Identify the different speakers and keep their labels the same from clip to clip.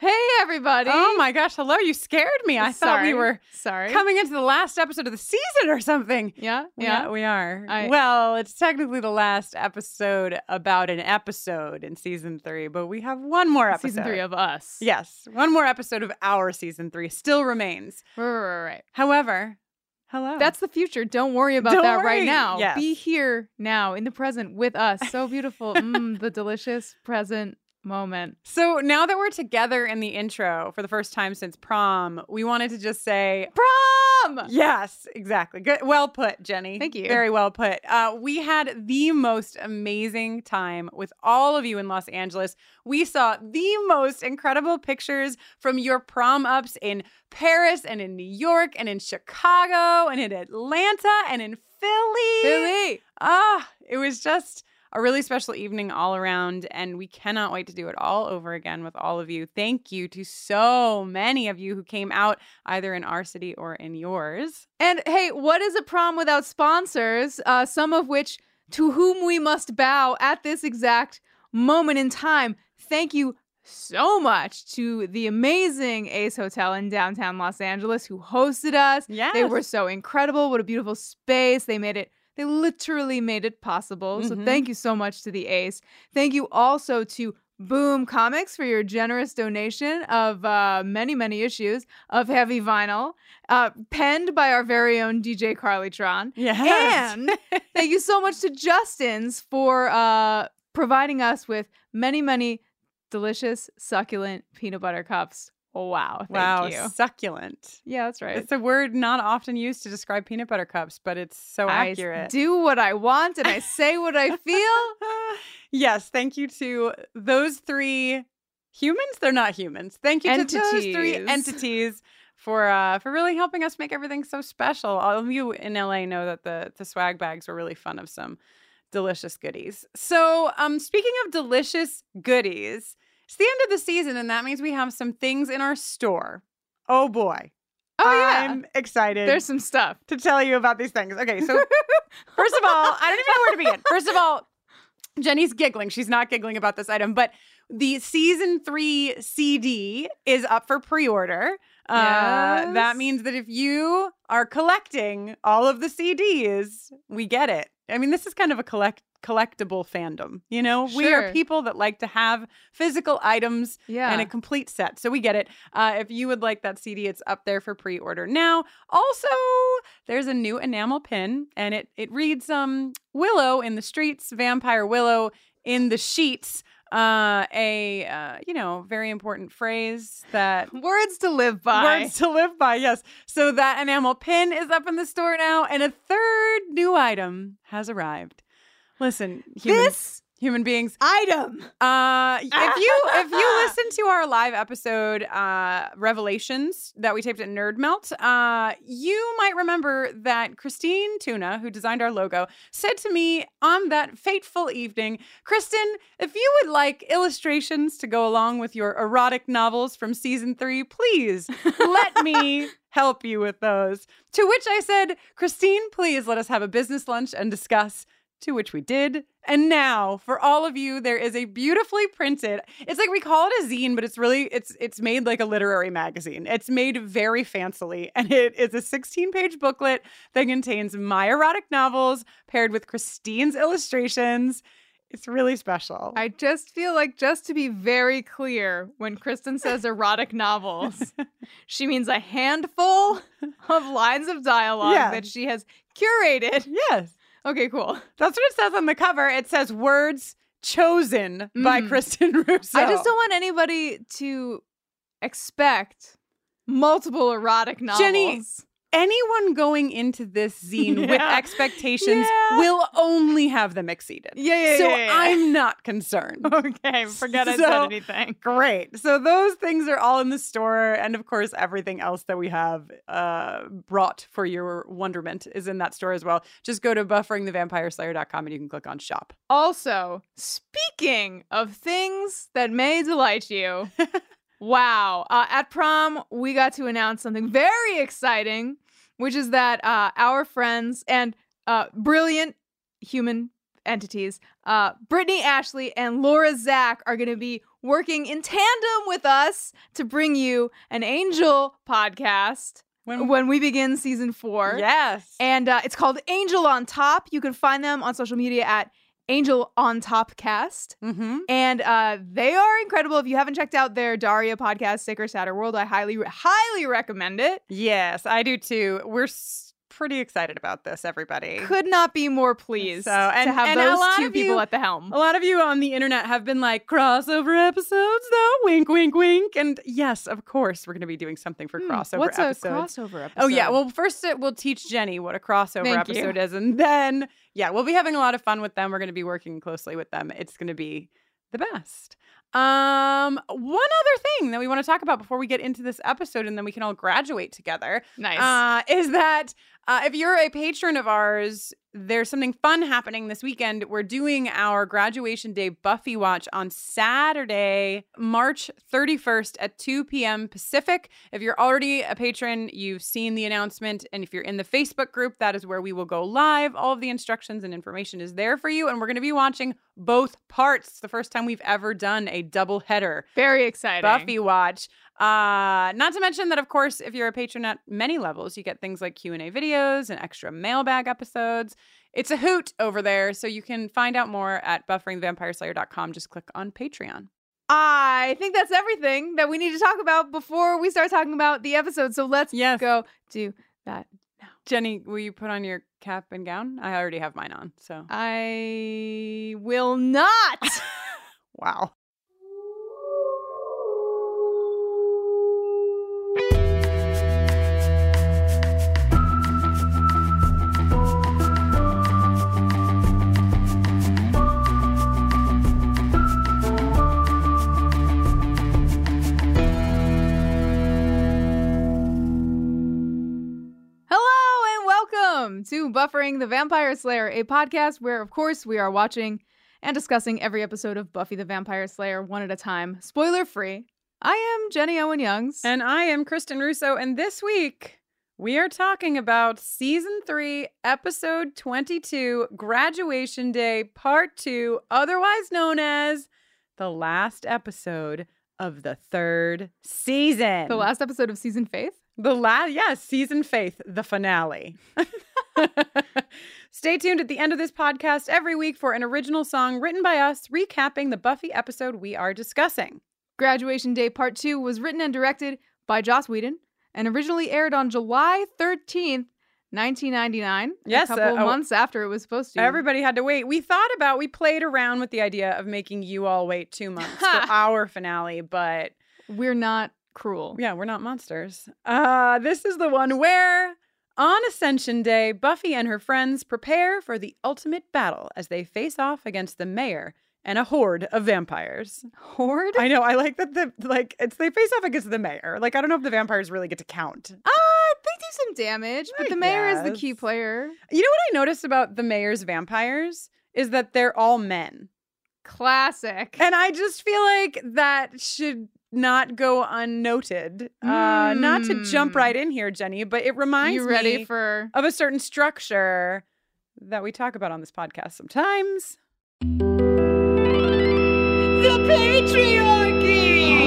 Speaker 1: hey everybody.
Speaker 2: Oh my gosh, hello. You scared me. I thought
Speaker 1: Sorry.
Speaker 2: we were
Speaker 1: Sorry.
Speaker 2: coming into the last episode of the season or something.
Speaker 1: Yeah,
Speaker 2: We
Speaker 1: yeah.
Speaker 2: are- we are.
Speaker 1: I-
Speaker 2: well, it's technically the last episode about an episode in season three, but we have one more episode.
Speaker 1: Season three of us.
Speaker 2: Yes, one more episode of our season three still remains.
Speaker 1: Right, right, right, right.
Speaker 2: However, hello.
Speaker 1: Oh. That's the future. Don't worry about
Speaker 2: Don't
Speaker 1: that
Speaker 2: worry.
Speaker 1: right now.
Speaker 2: Yes.
Speaker 1: Be here now in the present with us. So beautiful. mm, the delicious present moment.
Speaker 2: so now that we're together in the intro for the first time since prom, we wanted to just say
Speaker 1: Prom!
Speaker 2: Yes, exactly. Good. Well put, Jenny.
Speaker 1: Thank you.
Speaker 2: Very well put. Uh, we had the most amazing time with all of you in Los Angeles. We saw the most incredible pictures from your prom ups in Paris and in New York and in Chicago and in Atlanta and in Philly.
Speaker 1: Billy!
Speaker 2: Ah, it was just a really special evening all around, and we cannot wait to do it all over again with all of you. Thank you to so many of you who came out either in our city or in yours.
Speaker 1: And hey, what is a prom without sponsors? Uh, some of which to whom we must bow at this exact moment in time. Thank you so much to the amazing Ace Hotel in downtown Los Angeles who hosted us.
Speaker 2: Yeah,
Speaker 1: They were so incredible. What a beautiful space. They made it, they literally made it possible. So
Speaker 2: Mhm.
Speaker 1: thank you so much to the Ace. Thank you also to Boom Comics for your generous donation of uh, many, many issues of heavy vinyl, uh, penned by our very own DJ Carlytron.
Speaker 2: Yes.
Speaker 1: And thank you so much to Justin's for uh, providing us with many, many delicious, succulent peanut butter cups. Wow. Thank
Speaker 2: wow,
Speaker 1: you.
Speaker 2: succulent.
Speaker 1: Yeah, that's right.
Speaker 2: It's a word not often used to describe peanut butter cups, but it's so
Speaker 1: I
Speaker 2: accurate.
Speaker 1: do what I want and I say what I feel.
Speaker 2: yes, thank you to those three humans. They're not humans. Thank you to those three
Speaker 1: Entities.
Speaker 2: entities for uh, for really helping us make everything so special. All of you in LA know that the the swag bags were really fun of some delicious goodies. So, um, speaking of delicious goodies, it's the end of the season, and that means we have some things in our store. Oh boy!
Speaker 1: Oh yeah.
Speaker 2: I'm excited
Speaker 1: There's some stuff.
Speaker 2: to tell you about these things. Okay, so first of all, I don't even know where to begin. First of all, Jenny's giggling. She's not giggling about this item, but the season three CD is up for pre order. Uh, that
Speaker 1: Yes.
Speaker 2: means that if you are collecting all of the CDs, we get it. I mean, this is kind of a collect collectible fandom. You know, we
Speaker 1: Sure.
Speaker 2: are people that like to have physical items
Speaker 1: Yeah.
Speaker 2: and a complete set. So we get it. Uh, if you would like that CD, it's up there for pre-order now. Also, there's a new enamel pin, and it it reads um Willow in the streets, vampire Willow in the sheets. Uh, a uh, you know very important phrase that.
Speaker 1: Words to live by.
Speaker 2: Words to live by, yes. So that enamel pin is up in the store now, and a third new item has arrived. Listen, humans,
Speaker 1: This
Speaker 2: human beings.
Speaker 1: Item.
Speaker 2: Uh, if you if you listen to our live episode uh, revelations that we taped at Nerd Melt, uh, you might remember that Christine Tuna, who designed our logo, said to me on that fateful evening, "Kristen, if you would like illustrations to go along with your erotic novels from season three, please let me." Help you with those. To which I said, Christine, please let us have a business lunch and discuss to which we did. And now, for all of you, there is a beautifully printed. It's like we call it a zine, but it's really it's it's made like a literary magazine. It's made very fancily, and it is a 16-page booklet that contains my erotic novels paired with Christine's illustrations. It's really special.
Speaker 1: I just feel like, just to be very clear, when Kristen says erotic novels, she means a handful of lines of dialogue
Speaker 2: Yeah.
Speaker 1: that she has curated.
Speaker 2: yes,
Speaker 1: Okay, cool.
Speaker 2: that's what it says on the cover. It says words chosen by
Speaker 1: Mm.
Speaker 2: Kristen Russo.
Speaker 1: I just don't want anybody to expect multiple erotic novels.
Speaker 2: Jenny, anyone going into this zine with
Speaker 1: Yeah.
Speaker 2: expectations
Speaker 1: Yeah.
Speaker 2: will only have them exceeded.
Speaker 1: Yeah, yeah,
Speaker 2: so
Speaker 1: yeah, yeah.
Speaker 2: I'm not concerned.
Speaker 1: Okay, forget I
Speaker 2: So-
Speaker 1: said anything.
Speaker 2: Great. So those things are all in the store, and of course, everything else that we have uh, brought for your wonderment is in that store as well. Just go to bufferingthevampireslayer.com and you can click on shop.
Speaker 1: Also, speaking of things that may delight you, wow. Uh, at prom, we got to announce something very exciting, which is that uh, our friends and uh, brilliant human entities, uh, Brittany Ashley and Laura Zach, are going to be working in tandem with us to bring you an angel podcast when we begin season four.
Speaker 2: yes,
Speaker 1: And uh, it's called Angel on Top. You can find them on social media at Angel on Top Cast.
Speaker 2: mm-hmm.
Speaker 1: And uh, they are incredible. If you haven't checked out their Daria podcast, Sicker Sadder World, I highly, highly recommend it.
Speaker 2: yes, I do too. We're s- pretty excited about this, everybody.
Speaker 1: Could not be more pleased
Speaker 2: So, and-
Speaker 1: to have
Speaker 2: and a
Speaker 1: those
Speaker 2: lot
Speaker 1: two
Speaker 2: of you- Oh,
Speaker 1: people at the helm.
Speaker 2: A lot of you on the internet have been like crossover episodes, though. Wink, wink, wink. And yes, of course, we're going to be doing something for
Speaker 1: Hmm,
Speaker 2: crossover
Speaker 1: What's
Speaker 2: episodes.
Speaker 1: a crossover episode?
Speaker 2: Oh yeah. Well, first uh, we'll teach Jenny what a crossover
Speaker 1: Thank you.
Speaker 2: episode is, and then yeah, we'll be having a lot of fun with them. We're going to be working closely with them. It's going to be the best. Um, one other thing that we want to talk about before we get into this episode, and then we can all graduate together
Speaker 1: nice.
Speaker 2: uh, is that uh, if you're a patron of ours, there's something fun happening this weekend. We're doing our graduation day Buffy watch on Saturday, March 31st at 2 p.m. Pacific. If you're already a patron, you've seen the announcement. And if you're in the Facebook group, that is where we will go live. All of the instructions and information is there for you. And we're going to be watching both parts. It's the first time we've ever done a double header.
Speaker 1: Very exciting.
Speaker 2: Buffy watch. Uh, not to mention that, of course, if you're a patron at many levels, you get things like Q and A videos and extra mailbag episodes. It's a hoot over there, so you can find out more at bufferingthevampireslayer.com. Just click on Patreon.
Speaker 1: I think that's everything that we need to talk about before we start talking about the episode. So let's
Speaker 2: Yes,
Speaker 1: go do.
Speaker 2: Jenny, will you put on your cap and gown? I already have mine on, so
Speaker 1: I will not.
Speaker 2: wow.
Speaker 1: Hello and welcome to Buffering the Vampire Slayer, a podcast where, of course, we are watching and discussing every episode of Buffy the Vampire Slayer one at a time, spoiler free. I am Jenny Owen Youngs.
Speaker 2: And I am Kristen Russo, and this week we are talking about season three, episode 22, graduation day, part two, otherwise known as the last episode of the third season.
Speaker 1: the last episode of season Faith.
Speaker 2: The last, yes, season faith, the finale. Stay tuned at the end of this podcast every week for an original song written by us recapping the Buffy episode we are discussing.
Speaker 1: Graduation Day Part 2 was written and directed by Joss Whedon and originally aired on July 13th, 1999,
Speaker 2: Yes,
Speaker 1: a couple
Speaker 2: uh, oh.
Speaker 1: months after it was supposed to.
Speaker 2: Everybody had to wait. We thought about, we played around with the idea of making you all wait two months for our finale, but
Speaker 1: We're not cruel.
Speaker 2: yeah, we're not monsters. Uh, this is the one where, on Ascension Day, Buffy and her friends prepare for the ultimate battle as they face off against the mayor and a horde of vampires.
Speaker 1: Horde?
Speaker 2: I know. I like that the like it's they face off against the mayor. Like I don't know if the vampires really get to count.
Speaker 1: Uh, they do some damage, but
Speaker 2: I
Speaker 1: the mayor is the
Speaker 2: guess.
Speaker 1: key player.
Speaker 2: You know what I noticed about the mayor's vampires is that they're all men.
Speaker 1: Classic.
Speaker 2: And I just feel like that should not go unnoted. Uh, not to jump
Speaker 1: Mm.
Speaker 2: right in here, Jenny, but it reminds
Speaker 1: you ready
Speaker 2: me
Speaker 1: for
Speaker 2: of a certain structure that we talk about on this podcast sometimes.
Speaker 1: the patriarchy?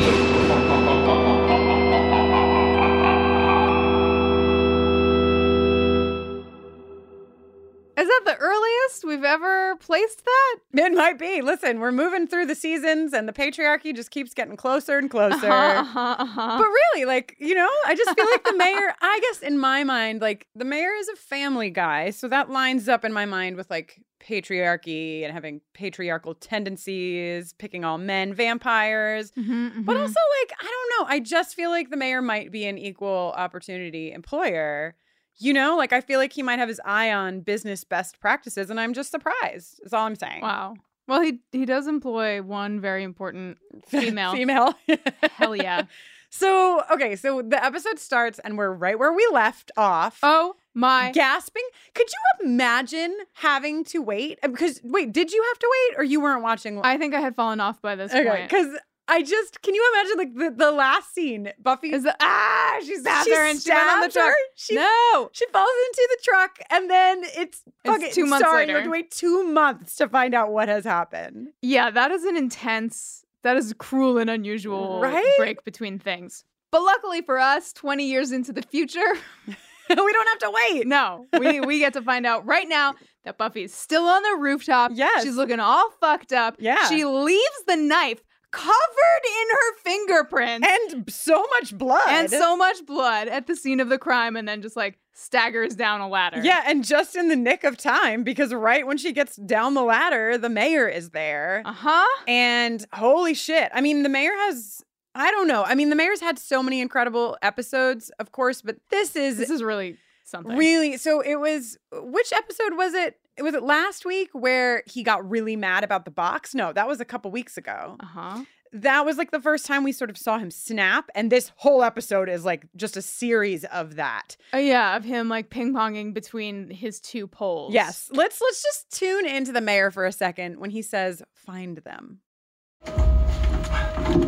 Speaker 1: Is that the earliest we've ever placed that?
Speaker 2: It might be. Listen, we're moving through the seasons and the patriarchy just keeps getting closer and closer.
Speaker 1: Uh-huh, uh-huh.
Speaker 2: But really, like, you know, I just feel like the mayor, I guess in my mind, like, the mayor is a family guy. So that lines up in my mind with like patriarchy and having patriarchal tendencies, picking all men, vampires.
Speaker 1: Mhm, mhm.
Speaker 2: But also, like, I don't know. I just feel like the mayor might be an equal opportunity employer. You know, like, I feel like he might have his eye on business best practices. And I'm just surprised, is all I'm saying.
Speaker 1: wow. Well, he he does employ one very important Female.
Speaker 2: Female.
Speaker 1: hell yeah.
Speaker 2: So, okay, so the episode starts and we're right where we left off.
Speaker 1: Oh my
Speaker 2: Gasping. Could you imagine having to wait? Uh, Because, wait, did you have to wait or you weren't watching? li-
Speaker 1: I think I had fallen off by this
Speaker 2: okay,
Speaker 1: point.
Speaker 2: because I just, can you imagine like the, the last scene? Buffy.
Speaker 1: Is the, ah, she's out
Speaker 2: she
Speaker 1: there and she went on the
Speaker 2: stabbed
Speaker 1: truck.
Speaker 2: her, She,
Speaker 1: no,
Speaker 2: she falls into the truck and then it's, fucking
Speaker 1: two months
Speaker 2: sorry, You have
Speaker 1: later.
Speaker 2: to wait two months to find out what has happened.
Speaker 1: Yeah, that is an intense, that is a cruel and unusual
Speaker 2: Right?
Speaker 1: break between things. But luckily for us, 20 years into the future,
Speaker 2: we don't have to wait.
Speaker 1: no, we, we get to find out right now that Buffy is still on the rooftop.
Speaker 2: Yes.
Speaker 1: She's looking all fucked up.
Speaker 2: Yeah.
Speaker 1: She leaves the knife covered in her fingerprints
Speaker 2: And so much blood.
Speaker 1: and so much blood at the scene of the crime and then just like staggers down a ladder.
Speaker 2: Yeah, and just in the nick of time because right when she gets down the ladder, the mayor is there.
Speaker 1: Uh huh.
Speaker 2: And holy shit. I mean, the mayor has I don't know. I mean, the mayor's had so many incredible episodes, of course, but this is,
Speaker 1: This is really something.
Speaker 2: really so it was which episode was it? Was it last week where he got really mad about the box? No, that was a couple weeks ago.
Speaker 1: uh huh.
Speaker 2: That was like the first time we sort of saw him snap, and this whole episode is like just a series of that.
Speaker 1: Uh, yeah, of him like ping ponging between his two poles.
Speaker 2: Yes. Let's let's just tune into the mayor for a second when he says find them.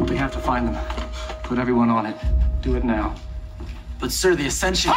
Speaker 3: We have to find them. Put everyone on it. Do it now.
Speaker 4: But sir, the ascension.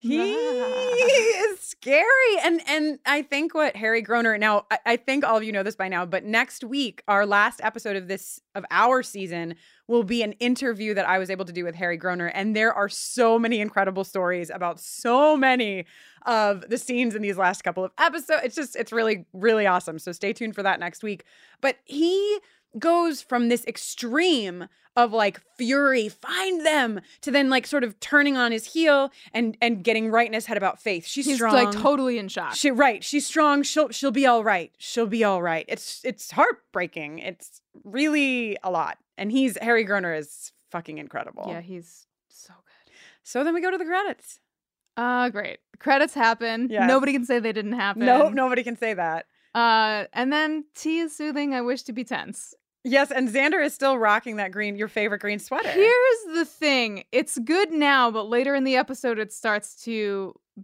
Speaker 2: He is scary. And and I think what Harry Groner now I, I think all of you know this by now, but next week, our last episode of this of our season will be an interview that I was able to do with Harry Groner. And there are so many incredible stories about so many of the scenes in these last couple of episodes. It's just it's really, really awesome. So stay tuned for that next week. But he goes from this extreme of like fury find them to then like sort of turning on his heel and and getting right in his head about faith she's
Speaker 1: He's
Speaker 2: strong
Speaker 1: like totally in shock.
Speaker 2: she, right she's strong she'll she'll be all right she'll be all right it's it's heartbreaking it's really a lot and he's harry groner is fucking incredible
Speaker 1: yeah, he's so good.
Speaker 2: so then we go to the credits
Speaker 1: Uh great. Credits happen.
Speaker 2: Yes.
Speaker 1: Nobody can say they didn't happen.
Speaker 2: no nobody can say that
Speaker 1: Uh and then tea is soothing, I wish to be tense.
Speaker 2: yes and xander is still rocking that green your favorite green sweater
Speaker 1: Here's the thing. It's good now, but later in the episode it starts to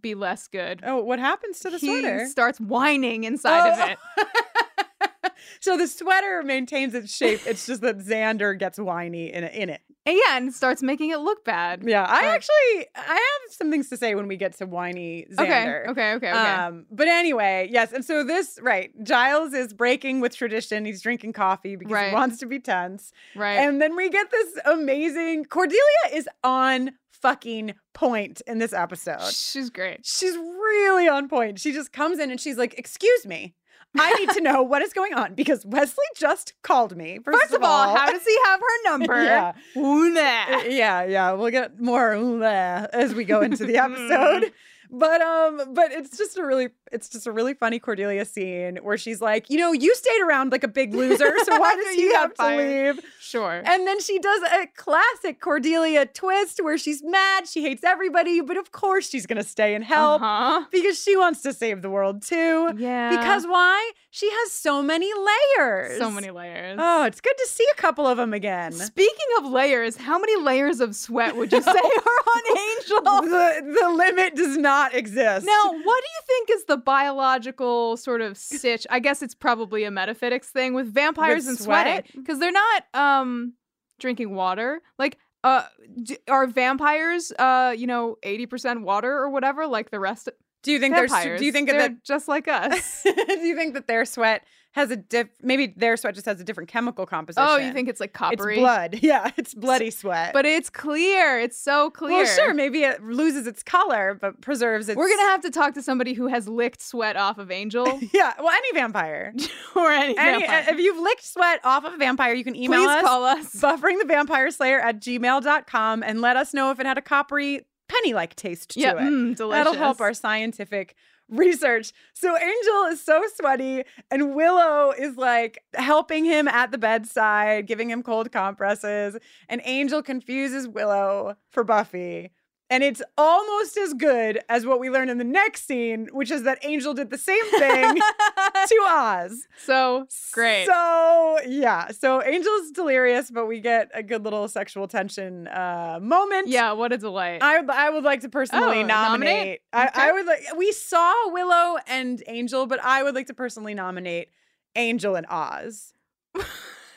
Speaker 1: be less good.
Speaker 2: oh what happens to the
Speaker 1: he
Speaker 2: sweater Oh.
Speaker 1: starts whining inside of it.
Speaker 2: it. so the sweater maintains its shape. It's just that Xander gets whiny in in it.
Speaker 1: And yeah, and starts making it look bad.
Speaker 2: Yeah, I
Speaker 1: Right.
Speaker 2: actually I have some things to say when we get to whiny Xander.
Speaker 1: Okay, okay, okay, okay.
Speaker 2: Um, but anyway, yes, and so this right, Giles is breaking with tradition. He's drinking coffee because
Speaker 1: Right.
Speaker 2: he wants to be tense,
Speaker 1: right.
Speaker 2: and then we get this amazing Cordelia is on fucking point in this episode.
Speaker 1: She's great.
Speaker 2: She's really on point. She just comes in and she's like, "Excuse me, I need to know what is going on because Wesley just called me." First,
Speaker 1: First of all, how does he have her number?
Speaker 2: Yeah.
Speaker 1: Ooh, nah.
Speaker 2: Uh, yeah, yeah, we'll get
Speaker 1: Mm-hmm.
Speaker 2: more "Ooh, ah," as we go into the episode. But um, but it's just a really It's just a really funny Cordelia scene where she's like, you know, you stayed around like a big loser, so why does
Speaker 1: You
Speaker 2: he
Speaker 1: got
Speaker 2: have to
Speaker 1: fired."
Speaker 2: leave?
Speaker 1: Sure.
Speaker 2: And then she does a classic Cordelia twist where she's mad, she hates everybody, but of course she's gonna stay and help
Speaker 1: Uh-huh.
Speaker 2: because she wants to save the world too.
Speaker 1: Yeah.
Speaker 2: Because why? She has so many layers.
Speaker 1: so many layers.
Speaker 2: Oh, it's good to see a couple of them again.
Speaker 1: Um, Speaking of layers, how many layers of sweat would you say are on Angel?
Speaker 2: the, the limit does not exist.
Speaker 1: Now, what do you think is the biological sort of stitch? I guess it's probably a metaphysics thing with vampires
Speaker 2: With
Speaker 1: and sweating because they're not um drinking water. Like, uh, d- are vampires uh you know eighty percent water or whatever like the rest?
Speaker 2: do you think there's?
Speaker 1: vampires?
Speaker 2: Do you think
Speaker 1: they're
Speaker 2: that?
Speaker 1: just like us?
Speaker 2: do you think that their sweat has a diff? Maybe their sweat just has a different chemical composition.
Speaker 1: oh, you think it's like
Speaker 2: it's
Speaker 1: coppery?
Speaker 2: blood? Yeah, it's bloody sweat.
Speaker 1: But it's clear. It's so clear.
Speaker 2: well, sure, maybe it loses its color but preserves its.
Speaker 1: We're gonna have to talk to somebody who has licked sweat off of Angel
Speaker 2: Yeah, well, any vampire.
Speaker 1: or any,
Speaker 2: Any,
Speaker 1: vampire.
Speaker 2: if you've licked sweat off of a vampire, you can email
Speaker 1: Please
Speaker 2: us.
Speaker 1: call us.
Speaker 2: buffering the vampire slayer at gmail.com and let us know if it had a coppery penny like taste to
Speaker 1: yeah,
Speaker 2: it.
Speaker 1: mm,
Speaker 2: That'll help
Speaker 1: delicious.
Speaker 2: our scientific research. So Angel is so sweaty, and Willow is like helping him at the bedside, giving him cold compresses. And Angel confuses Willow for Buffy. And it's almost as good as what we learn in the next scene, which is that Angel did the same thing to Oz.
Speaker 1: So great.
Speaker 2: So yeah, so Angel's delirious, but we get a good little sexual tension uh, moment.
Speaker 1: yeah, what a delight.
Speaker 2: I, I would like to personally
Speaker 1: Oh,
Speaker 2: nominate.
Speaker 1: nominate?
Speaker 2: I, I
Speaker 1: Okay.
Speaker 2: would like. We saw Willow and Angel, but I would like to personally nominate Angel and Oz.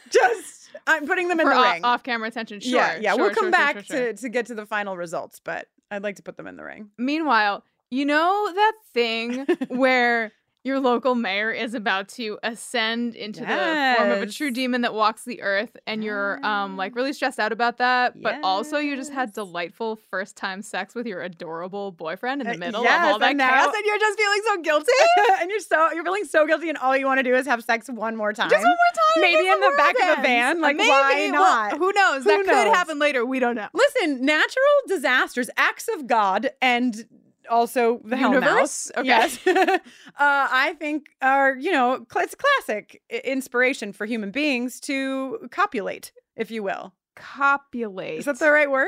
Speaker 2: Just I'm putting them in
Speaker 1: For
Speaker 2: the
Speaker 1: off,
Speaker 2: ring.
Speaker 1: camera attention, sure.
Speaker 2: yeah, yeah.
Speaker 1: sure,
Speaker 2: we'll come
Speaker 1: sure, sure,
Speaker 2: back
Speaker 1: sure, sure.
Speaker 2: to to get to the final results, but I'd like to put them in the ring.
Speaker 1: Meanwhile, you know that thing where your local mayor is about to ascend into the form of a true
Speaker 2: Yes. Ah.
Speaker 1: demon that walks the earth, and you're um like really stressed out about that, but also you just had
Speaker 2: Yes.
Speaker 1: delightful first time sex with your adorable boyfriend in
Speaker 2: Uh,
Speaker 1: the middle
Speaker 2: yes,
Speaker 1: of all that
Speaker 2: and now-
Speaker 1: chaos, and you're just feeling so guilty.
Speaker 2: and you're so you're feeling so guilty, and all you want to do is have sex one more time.
Speaker 1: Just one more time.
Speaker 2: Maybe
Speaker 1: because
Speaker 2: in the
Speaker 1: world
Speaker 2: back of a
Speaker 1: ends.
Speaker 2: van, like,
Speaker 1: Maybe.
Speaker 2: why
Speaker 1: Well,
Speaker 2: not?
Speaker 1: who knows?
Speaker 2: Who
Speaker 1: that
Speaker 2: knows?
Speaker 1: could happen later. We don't know.
Speaker 2: Listen, natural disasters, acts of God, and also the Hell
Speaker 1: Universe?
Speaker 2: Mouse.
Speaker 1: Okay.
Speaker 2: Yes, uh, I think are you know cl- it's classic i- inspiration for human beings to copulate, if you will.
Speaker 1: Copulate.
Speaker 2: Is that the right word?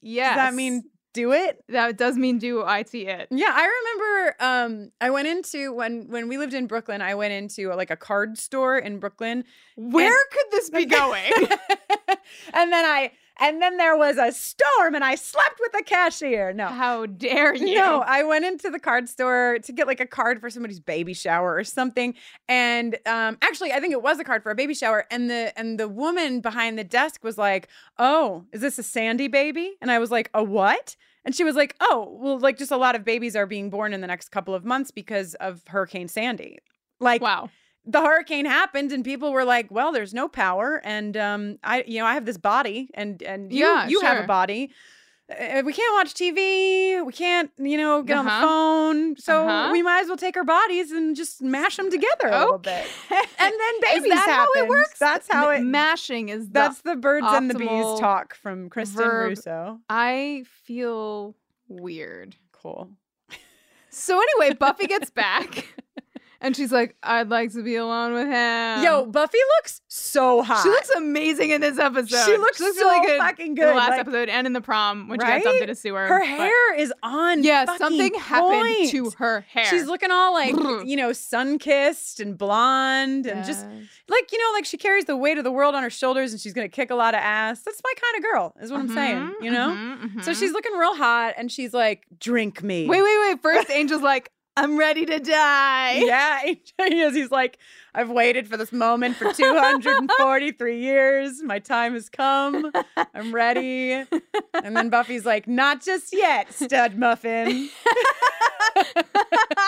Speaker 1: Yes.
Speaker 2: Does that mean do it?
Speaker 1: that does mean do IT it.
Speaker 2: Yeah, I remember. Um, I went into when when we lived in Brooklyn. I went into like a card store in Brooklyn,
Speaker 1: Where could this be going?
Speaker 2: and then I and then there was a storm, and I slept with the cashier. No,
Speaker 1: How dare you?
Speaker 2: No, I went into the card store to get like a card for somebody's baby shower or something. And um, actually, I think it was a card for a baby shower. And the and the woman behind the desk was like, "Oh, is this a Sandy baby?" And I was like, "A what?" And she was like, "Oh, well, like just a lot of babies are being born in the next couple of months because of Hurricane Sandy." Like,
Speaker 1: wow.
Speaker 2: the hurricane happened and people were like well there's no power and um i you know i have this body and and you
Speaker 1: Yeah,
Speaker 2: you have a
Speaker 1: sure.
Speaker 2: body Uh, we can't watch tv we can't you know get
Speaker 1: Uh-huh.
Speaker 2: on the phone so
Speaker 1: Uh-huh.
Speaker 2: we might as well take our bodies and just mash them together a little bit and then babies
Speaker 1: is that how
Speaker 2: happened.
Speaker 1: it works?
Speaker 2: that's how it
Speaker 1: mashing is. the-
Speaker 2: that's the birds and the bees
Speaker 1: optimal
Speaker 2: talk from kristen
Speaker 1: verb.
Speaker 2: russo
Speaker 1: I feel weird.
Speaker 2: cool
Speaker 1: So anyway, Buffy gets back, and she's like, "I'd like to be alone with him."
Speaker 2: yo buffy looks so hot
Speaker 1: Um, She looks amazing in this episode.
Speaker 2: She looks so
Speaker 1: really good
Speaker 2: fucking
Speaker 1: In
Speaker 2: good,
Speaker 1: the last
Speaker 2: like-
Speaker 1: episode and in the prom when
Speaker 2: Right?
Speaker 1: she got dumped in a sewer.
Speaker 2: her
Speaker 1: but-
Speaker 2: hair is on
Speaker 1: Yeah,
Speaker 2: fucking
Speaker 1: something happened
Speaker 2: point.
Speaker 1: to her hair.
Speaker 2: She's looking all like,
Speaker 1: Brr.
Speaker 2: you know, sun kissed and blonde and just
Speaker 1: Yes.
Speaker 2: like, you know, like she carries the weight of the world on her shoulders and she's going to kick a lot of ass. That's my kind of girl, is what I'm saying,
Speaker 1: Mhm,
Speaker 2: you know?
Speaker 1: mhm,
Speaker 2: So
Speaker 1: mhm.
Speaker 2: she's looking real hot and she's like, drink me.
Speaker 1: Wait, wait, wait. First, Angel's like, I'm ready to die.
Speaker 2: Yeah, he is. He's like, I've waited for this moment for 243 years. My time has come. I'm ready. And then Buffy's like, not just yet, stud muffin.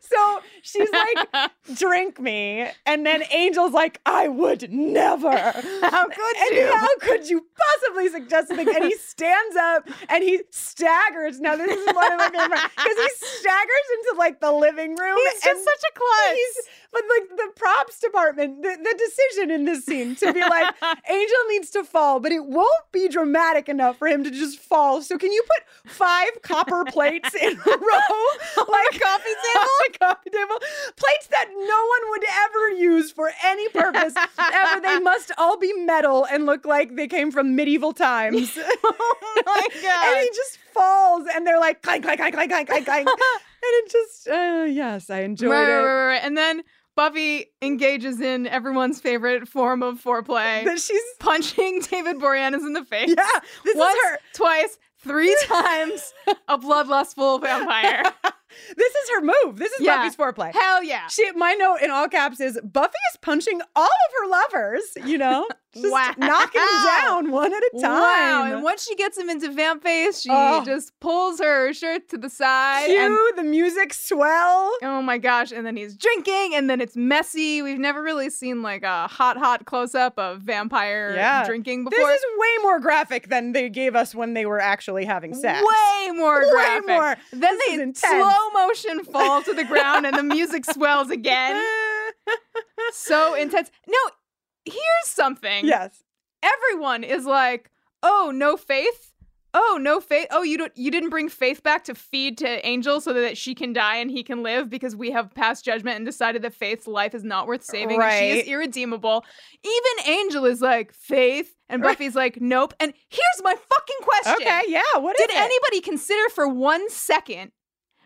Speaker 2: so she's like, drink me. And then Angel's like, I would never. How could
Speaker 1: you?
Speaker 2: How could you possibly suggest something? And he stands up and he staggers. Now, this is one of my favorite because he staggers into like the living room.
Speaker 1: He's just
Speaker 2: and
Speaker 1: such a klutz.
Speaker 2: He's but like the props department, the, the decision in this scene to be like, Angel needs to fall, but it won't be dramatic enough for him to just fall. So can you put five copper plates in a row, like coffee table, coffee table, plates that no one would ever use for any purpose ever. They must all be metal and look like they came from medieval times. oh my god! and he just falls, and they're like clank, clank, clank, clank, clank, clank, clank. and it just, uh, yes, I enjoyed
Speaker 1: right,
Speaker 2: it.
Speaker 1: right, right, right. And then Buffy engages in everyone's favorite form of foreplay.
Speaker 2: But she's
Speaker 1: punching David Boreanaz in the face.
Speaker 2: yeah, this
Speaker 1: Once,
Speaker 2: is her.
Speaker 1: twice, three times a bloodlustful vampire.
Speaker 2: This is her move. This is
Speaker 1: Yeah.
Speaker 2: Buffy's foreplay.
Speaker 1: Hell yeah.
Speaker 2: She, my note in all caps is Buffy is punching all of her lovers, you know, just
Speaker 1: Wow.
Speaker 2: knocking them down one at a time.
Speaker 1: Wow. And once she gets him into vamp face, she
Speaker 2: Oh.
Speaker 1: just pulls her shirt to the side.
Speaker 2: Cue
Speaker 1: and-
Speaker 2: the music swell.
Speaker 1: oh my gosh. And then he's drinking, and then it's messy. We've never really seen like a hot, hot close up of vampire
Speaker 2: Yeah.
Speaker 1: drinking before.
Speaker 2: This is way more graphic than they gave us when they were actually having sex.
Speaker 1: Way more
Speaker 2: Way
Speaker 1: graphic.
Speaker 2: more.
Speaker 1: Then
Speaker 2: This is
Speaker 1: they
Speaker 2: intense.
Speaker 1: slow motion fall to the ground and the music swells again. So intense. Now, here's something.
Speaker 2: yes.
Speaker 1: Everyone is like, "Oh, no faith." Oh, no faith. Oh, you don't you didn't bring faith back to feed to Angel so that she can die and he can live because we have passed judgment and decided that Faith's life is not worth saving and she
Speaker 2: Right.
Speaker 1: is irredeemable. Even Angel is like, "Faith." And Buffy's like, "Nope." And here's my fucking question.
Speaker 2: Okay. Yeah. What is
Speaker 1: Did
Speaker 2: it?
Speaker 1: anybody consider for one second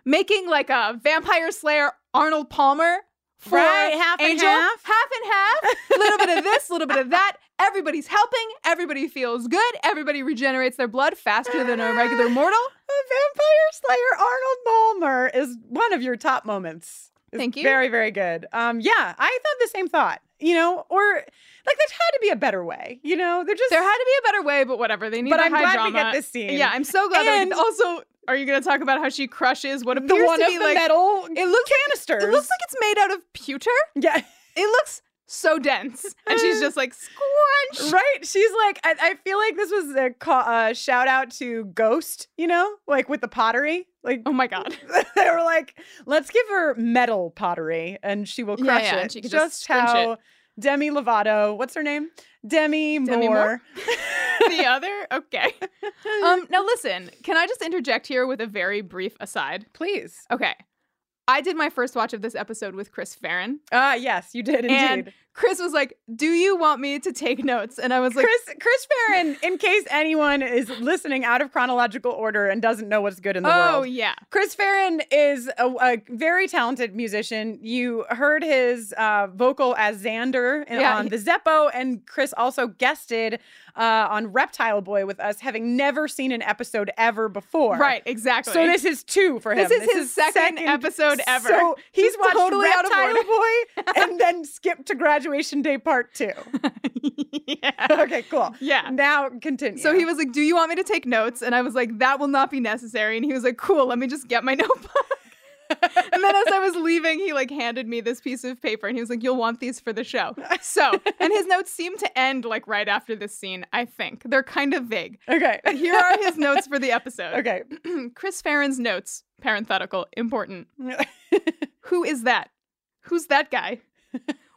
Speaker 1: making like a Vampire Slayer Arnold Palmer for
Speaker 5: Right, half and
Speaker 1: Angel?
Speaker 5: half.
Speaker 1: and half, a little bit of this, a little bit of that. Everybody's helping. Everybody feels good. Everybody regenerates their blood faster than a regular mortal.
Speaker 2: A Vampire Slayer Arnold Palmer is one of your top moments. It's
Speaker 1: Thank you.
Speaker 2: Very, very good. Um, yeah, I thought the same thought. You know, or like there had to be a better way. You know, they're just
Speaker 1: There had to be a better way, but whatever. They need.
Speaker 2: But
Speaker 1: the
Speaker 2: I'm
Speaker 1: high
Speaker 2: glad we
Speaker 1: drama.
Speaker 2: get this scene.
Speaker 1: Yeah, I'm so glad.
Speaker 2: And-
Speaker 1: that we, also, are you going to talk about how she crushes what appears
Speaker 2: the one
Speaker 1: to
Speaker 2: of
Speaker 1: be
Speaker 2: the
Speaker 1: like?
Speaker 2: metal
Speaker 1: it looks
Speaker 2: canisters.
Speaker 1: It looks like it's made out of pewter.
Speaker 2: yeah.
Speaker 1: It looks so dense, and she's just like scrunch.
Speaker 2: Right? She's like, I, I feel like this was a ca- uh, shout out to Ghost, you know, like with the pottery. Like,
Speaker 1: Oh my god.
Speaker 2: they were like, let's give her metal pottery and she will
Speaker 1: Yeah,
Speaker 2: crush
Speaker 1: yeah,
Speaker 2: it.
Speaker 1: and she can just
Speaker 2: just
Speaker 1: scrunch
Speaker 2: how Demi Lovato, what's her name? Demi,
Speaker 1: Demi
Speaker 2: Moore.
Speaker 1: Moore? the other? Okay. Um, now listen, can I just interject here with a very brief aside?
Speaker 2: Please.
Speaker 1: Okay. I did my first watch of this episode with Chris Farron.
Speaker 2: Ah, yes, you did indeed.
Speaker 1: And Chris was like, Do you want me to take notes? And I was like,
Speaker 2: Chris, Chris Farron, in case anyone is listening out of chronological order and doesn't know what's good in the
Speaker 1: Oh,
Speaker 2: world,
Speaker 1: yeah.
Speaker 2: Chris Farron is a, a very talented musician. You heard his uh, vocal as Xander in-
Speaker 1: Yeah,
Speaker 2: on
Speaker 1: he-
Speaker 2: the Zeppo, and Chris also guested uh, on Reptile Boy with us, having never seen an episode ever before.
Speaker 1: Right, exactly.
Speaker 2: So this is two for him.
Speaker 1: This is his second episode ever.
Speaker 2: So he's
Speaker 1: Just
Speaker 2: watched
Speaker 1: totally out of
Speaker 2: Reptile Boy and then skipped to Graduation Day Part Two.
Speaker 1: yeah.
Speaker 2: Okay, cool.
Speaker 1: Yeah.
Speaker 2: Now continue.
Speaker 1: So he was like, Do you want me to take notes? And I was like, That will not be necessary. And he was like, Cool, let me just get my notebook. and then as I was leaving, he like handed me this piece of paper and he was like, You'll want these for the show. So, and his notes seem to end like right after this scene, I think. They're kind of vague.
Speaker 2: okay.
Speaker 1: But here are his notes for the episode.
Speaker 2: Okay.
Speaker 1: Chris Farron's notes, parenthetical, important. Who is that? Who's that guy?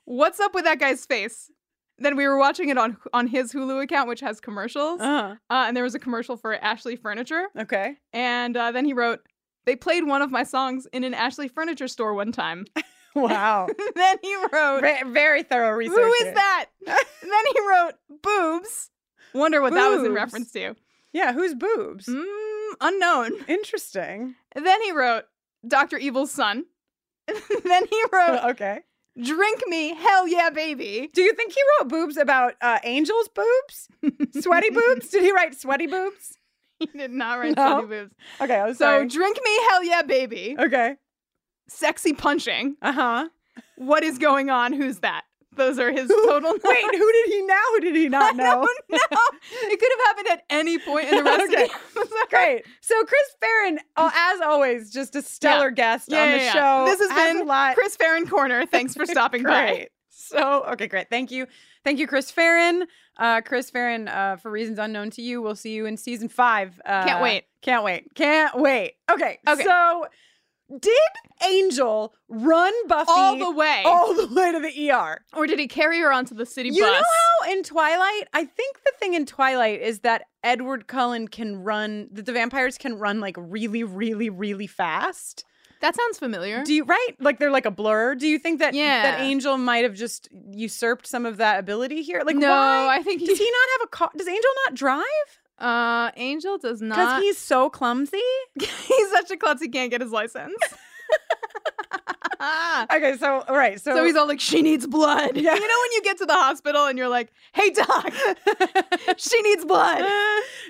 Speaker 1: What's up with that guy's face? Then we were watching it on on his Hulu account, which has commercials.
Speaker 2: uh-huh.
Speaker 1: Uh, and there was a commercial for Ashley Furniture.
Speaker 2: Okay.
Speaker 1: And uh, then he wrote, They played one of my songs in an Ashley Furniture store one time.
Speaker 2: Wow.
Speaker 1: then he wrote,
Speaker 2: Ve- very thorough research.
Speaker 1: Who
Speaker 2: here.
Speaker 1: is that? And then he wrote, Boobs. Wonder what that was in
Speaker 2: Boobs.
Speaker 1: reference to.
Speaker 2: Yeah, who's boobs?
Speaker 1: Mm, unknown.
Speaker 2: Interesting.
Speaker 1: Then he wrote, Dr. Evil's son. then he wrote,
Speaker 2: okay.
Speaker 1: Drink me, hell yeah, baby.
Speaker 2: Oh. Do you think he wrote boobs about uh, angels' boobs? sweaty boobs? Did he write sweaty boobs?
Speaker 1: He did not write
Speaker 2: No.
Speaker 1: Sunny Boobs.
Speaker 2: Okay, I was
Speaker 1: So,
Speaker 2: sorry.
Speaker 1: drink me, hell yeah, baby.
Speaker 2: okay.
Speaker 1: Sexy punching.
Speaker 2: Uh huh.
Speaker 1: What is going on? Who's that? Those are his total notes.
Speaker 2: Wait, who did he now? Who did he not know?
Speaker 1: no, it could have happened at any point in the rest
Speaker 2: Okay.
Speaker 1: of the episode.
Speaker 2: Great. So Chris Farron, oh, as always, just a stellar guest
Speaker 1: Yeah,
Speaker 2: on the
Speaker 1: yeah, yeah.
Speaker 2: show.
Speaker 1: This has
Speaker 2: Has
Speaker 1: been
Speaker 2: a lot.
Speaker 1: Chris Farron Corner. Thanks for stopping by.
Speaker 2: Great. So okay, great. Thank you, thank you, Chris Farron. Uh, Chris Farron, uh, for reasons unknown to you, we'll see you in season five. Uh,
Speaker 1: Can't wait.
Speaker 2: Can't wait. Can't wait. Okay.
Speaker 1: Okay.
Speaker 2: So
Speaker 6: Did Angel run Buffy
Speaker 1: all the way.
Speaker 6: all the way to the ER?
Speaker 1: Or did he carry her onto the city
Speaker 2: E You
Speaker 1: bus?
Speaker 2: know how in Twilight, I think the thing in Twilight is that Edward Cullen can run, that the vampires can run like really, really, really fast.
Speaker 1: that sounds familiar.
Speaker 2: Do you right? Like they're like a blur. Do you think that that
Speaker 1: Yeah.
Speaker 2: Angel might have just usurped some of that ability here? Like
Speaker 1: no,
Speaker 2: why?
Speaker 1: I think
Speaker 2: does he not have a car? Does Angel not drive?
Speaker 1: Uh, Angel does
Speaker 2: Because
Speaker 1: not.
Speaker 2: he's so clumsy.
Speaker 1: he's such a klutz he can't get his license.
Speaker 6: Okay, so all right, so,
Speaker 1: so he's all like, "She needs blood." You know when you get to the hospital and you're like, "Hey doc, she needs blood."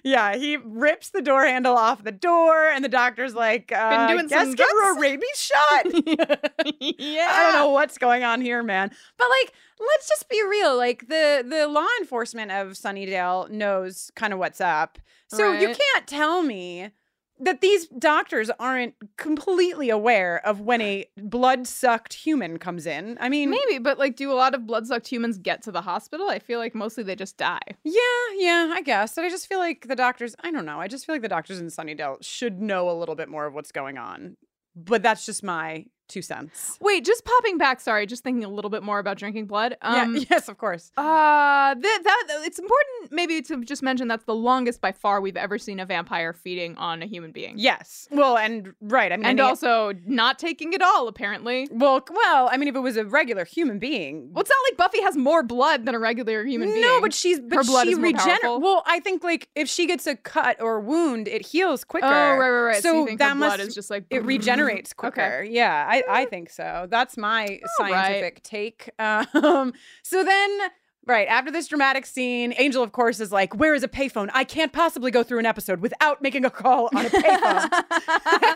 Speaker 6: yeah, he rips the door handle off the door, and the doctor's like, uh,
Speaker 1: doing
Speaker 6: "Guess
Speaker 1: some
Speaker 6: give her
Speaker 1: drugs?"
Speaker 6: a rabies shot."
Speaker 1: yeah.
Speaker 2: I don't know what's going on here, man. But like, let's just be real. Like the the law enforcement of Sunnydale knows kind of what's up. So you
Speaker 1: Right.
Speaker 2: can't tell me that these doctors aren't completely aware of when a blood sucked human comes in. I mean,
Speaker 1: Maybe, but like, do a lot of bloodsucked humans get to the hospital? I feel like mostly they just die.
Speaker 2: yeah, yeah, I guess. But I just feel like the doctors, I don't know. I just feel like the doctors in Sunnydale should know a little bit more of what's going on. But that's just my two cents.
Speaker 1: Wait, just popping back. Sorry, just thinking a little bit more about drinking blood. Um,
Speaker 2: yeah, yes, of course.
Speaker 1: Uh, that, that it's important maybe to just mention that's the longest by far we've ever seen a vampire feeding on a human being.
Speaker 2: Yes. Well, and right. I mean,
Speaker 1: and
Speaker 2: any-
Speaker 1: also not taking it all apparently.
Speaker 2: Well, c- well, I mean, if it was a regular human being,
Speaker 1: Well, it's not like Buffy has more blood than a regular human being.
Speaker 2: no, but she's but
Speaker 1: Her blood
Speaker 2: she
Speaker 1: is more powerful.
Speaker 2: regener- Well, I think like if she gets a cut or wound, it heals quicker.
Speaker 1: oh right, right, right.
Speaker 2: So,
Speaker 1: So, you think
Speaker 2: that
Speaker 1: her
Speaker 2: must
Speaker 1: blood is just like
Speaker 2: it regenerates quicker. Yeah, I I think so. That's my
Speaker 1: All right.
Speaker 2: scientific take. Um, so then. Right after this dramatic scene, Angel, of course, is like, "Where is a payphone? I can't possibly go through an episode without making a call on a payphone."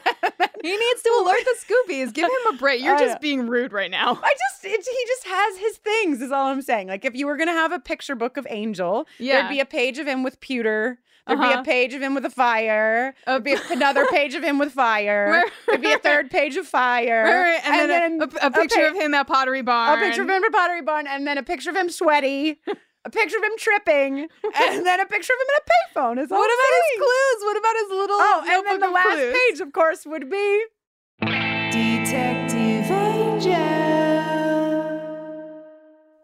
Speaker 1: he needs to alert the Scoobies. Give him a break. You're
Speaker 2: I-
Speaker 1: just being rude right now.
Speaker 2: I just it, he just has his things is all I'm saying. Like if you were gonna have a picture book of Angel, there'd
Speaker 1: Yeah.
Speaker 2: be a page of him with pewter. There'd be a
Speaker 1: Uh-huh.
Speaker 2: page of him with a fire. There'd be another page of him with fire.
Speaker 1: Where-
Speaker 2: There'd be a third page of fire.
Speaker 1: Alright, and, then, a, a picture of him at Pottery
Speaker 2: a
Speaker 1: Barn.
Speaker 2: picture of him at Pottery Barn, and then a picture of him sweaty, a picture of him tripping, and then a picture of him in a payphone. Is all
Speaker 1: What
Speaker 2: I'm
Speaker 1: about his
Speaker 2: saying.
Speaker 1: clues? What about his little?
Speaker 2: Oh, and then
Speaker 1: notebook
Speaker 2: the
Speaker 1: of
Speaker 2: last
Speaker 1: clues?
Speaker 2: page, of course, would be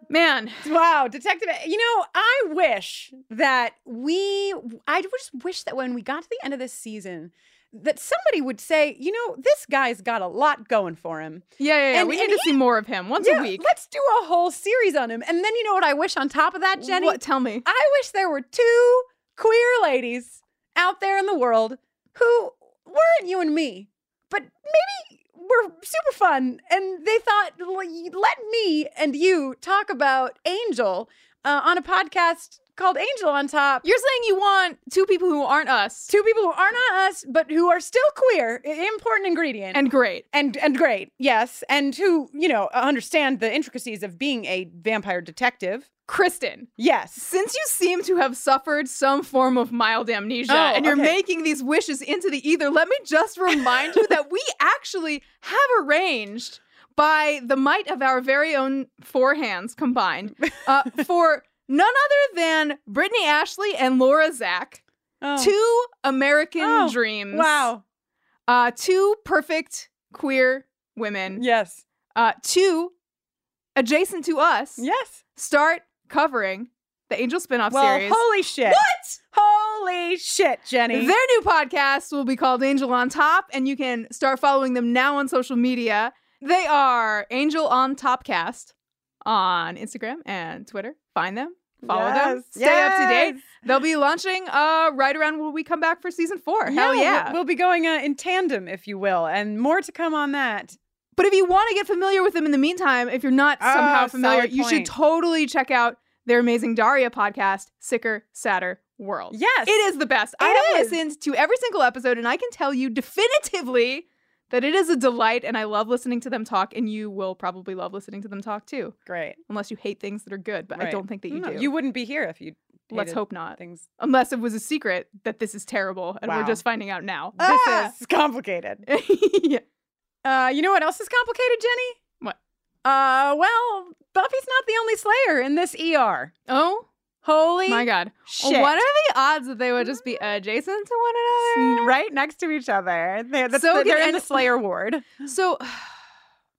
Speaker 1: Man,
Speaker 2: Wow, Detective. You know, I wish that we, I just wish that when we got to the end of this season, that somebody would say, you know, this guy's got a lot going for him.
Speaker 1: yeah, yeah, yeah.
Speaker 2: And-
Speaker 1: we
Speaker 2: and
Speaker 1: need to see more of him once
Speaker 2: Yeah,
Speaker 1: a week.
Speaker 2: Let's do a whole series on him. And then you know what I wish on top of that, Jenny?
Speaker 1: What? Tell me.
Speaker 2: I wish there were two queer ladies out there in the world who weren't you and me, but maybe were super fun. And they thought, "Well, y- let me and you talk about Angel uh, on a podcast called Angel on Top.
Speaker 1: You're saying you want two people who aren't us
Speaker 2: Two people who are not us, but who are still queer, i- important ingredient.
Speaker 1: and great.
Speaker 2: and and great, yes, and who you know uh, understand the intricacies of being a vampire detective.
Speaker 1: Kristen,
Speaker 2: Yes,
Speaker 1: since you seem to have suffered some form of mild amnesia
Speaker 2: Oh,
Speaker 1: and you're
Speaker 2: okay.
Speaker 1: making these wishes into the ether, let me just remind you that we actually have arranged, by the might of our very own four hands combined, uh, for none other than Brittany Ashley and Laura Zach,
Speaker 2: Oh.
Speaker 1: two American
Speaker 2: Oh,
Speaker 1: dreams.
Speaker 2: Wow.
Speaker 1: Uh, two perfect queer women.
Speaker 2: Yes.
Speaker 1: Uh, two adjacent to us.
Speaker 2: Yes.
Speaker 1: start covering the Angel spinoff
Speaker 2: Well,
Speaker 1: series.
Speaker 2: holy shit.
Speaker 1: what?
Speaker 2: Holy shit, Jenny.
Speaker 1: Their new podcast will be called Angel on Top, and you can start following them now on social media. They are Angel on Topcast on Instagram and Twitter. Find them, follow them,
Speaker 2: Yes.
Speaker 1: stay up to date. They'll be launching uh, right around when we come back for season four. Hell
Speaker 2: we'll-
Speaker 1: yeah.
Speaker 2: We'll, be going uh, in tandem, if you will, and more to come on that.
Speaker 1: But if you want to get familiar with them in the meantime, if you're not
Speaker 2: Ah,
Speaker 1: somehow familiar,
Speaker 2: solid
Speaker 1: you should
Speaker 2: point.
Speaker 1: totally check out their amazing Daria podcast, Sicker, Sadder World.
Speaker 2: Yes.
Speaker 1: It is the best. I
Speaker 2: It
Speaker 1: have
Speaker 2: is.
Speaker 1: listened to every single episode, and I can tell you definitively that it is a delight, and I love listening to them talk, and you will probably love listening to them talk too,
Speaker 2: Great.
Speaker 1: unless you hate things that are good, but I
Speaker 2: Right.
Speaker 1: don't think that you
Speaker 2: No,
Speaker 1: do.
Speaker 2: You wouldn't be here if you.
Speaker 1: Let's
Speaker 2: hated
Speaker 1: hope not.
Speaker 2: Things.
Speaker 1: Unless it was a secret that this is terrible, and
Speaker 2: Wow. Ah!
Speaker 1: we're just finding out now. Ah!
Speaker 2: This is complicated.
Speaker 1: This is. Yeah.
Speaker 2: Uh, you know what else is complicated, Jenny?
Speaker 1: What?
Speaker 2: Uh, well, Buffy's not the only Slayer in this ER.
Speaker 1: Oh,
Speaker 2: Holy
Speaker 1: My God.
Speaker 2: shit.
Speaker 1: What are the odds that they would just be adjacent to one another?
Speaker 2: right next to each other. They're, that's
Speaker 1: So
Speaker 2: the- they're
Speaker 1: good-
Speaker 2: in the
Speaker 1: and-
Speaker 2: Slayer ward.
Speaker 1: So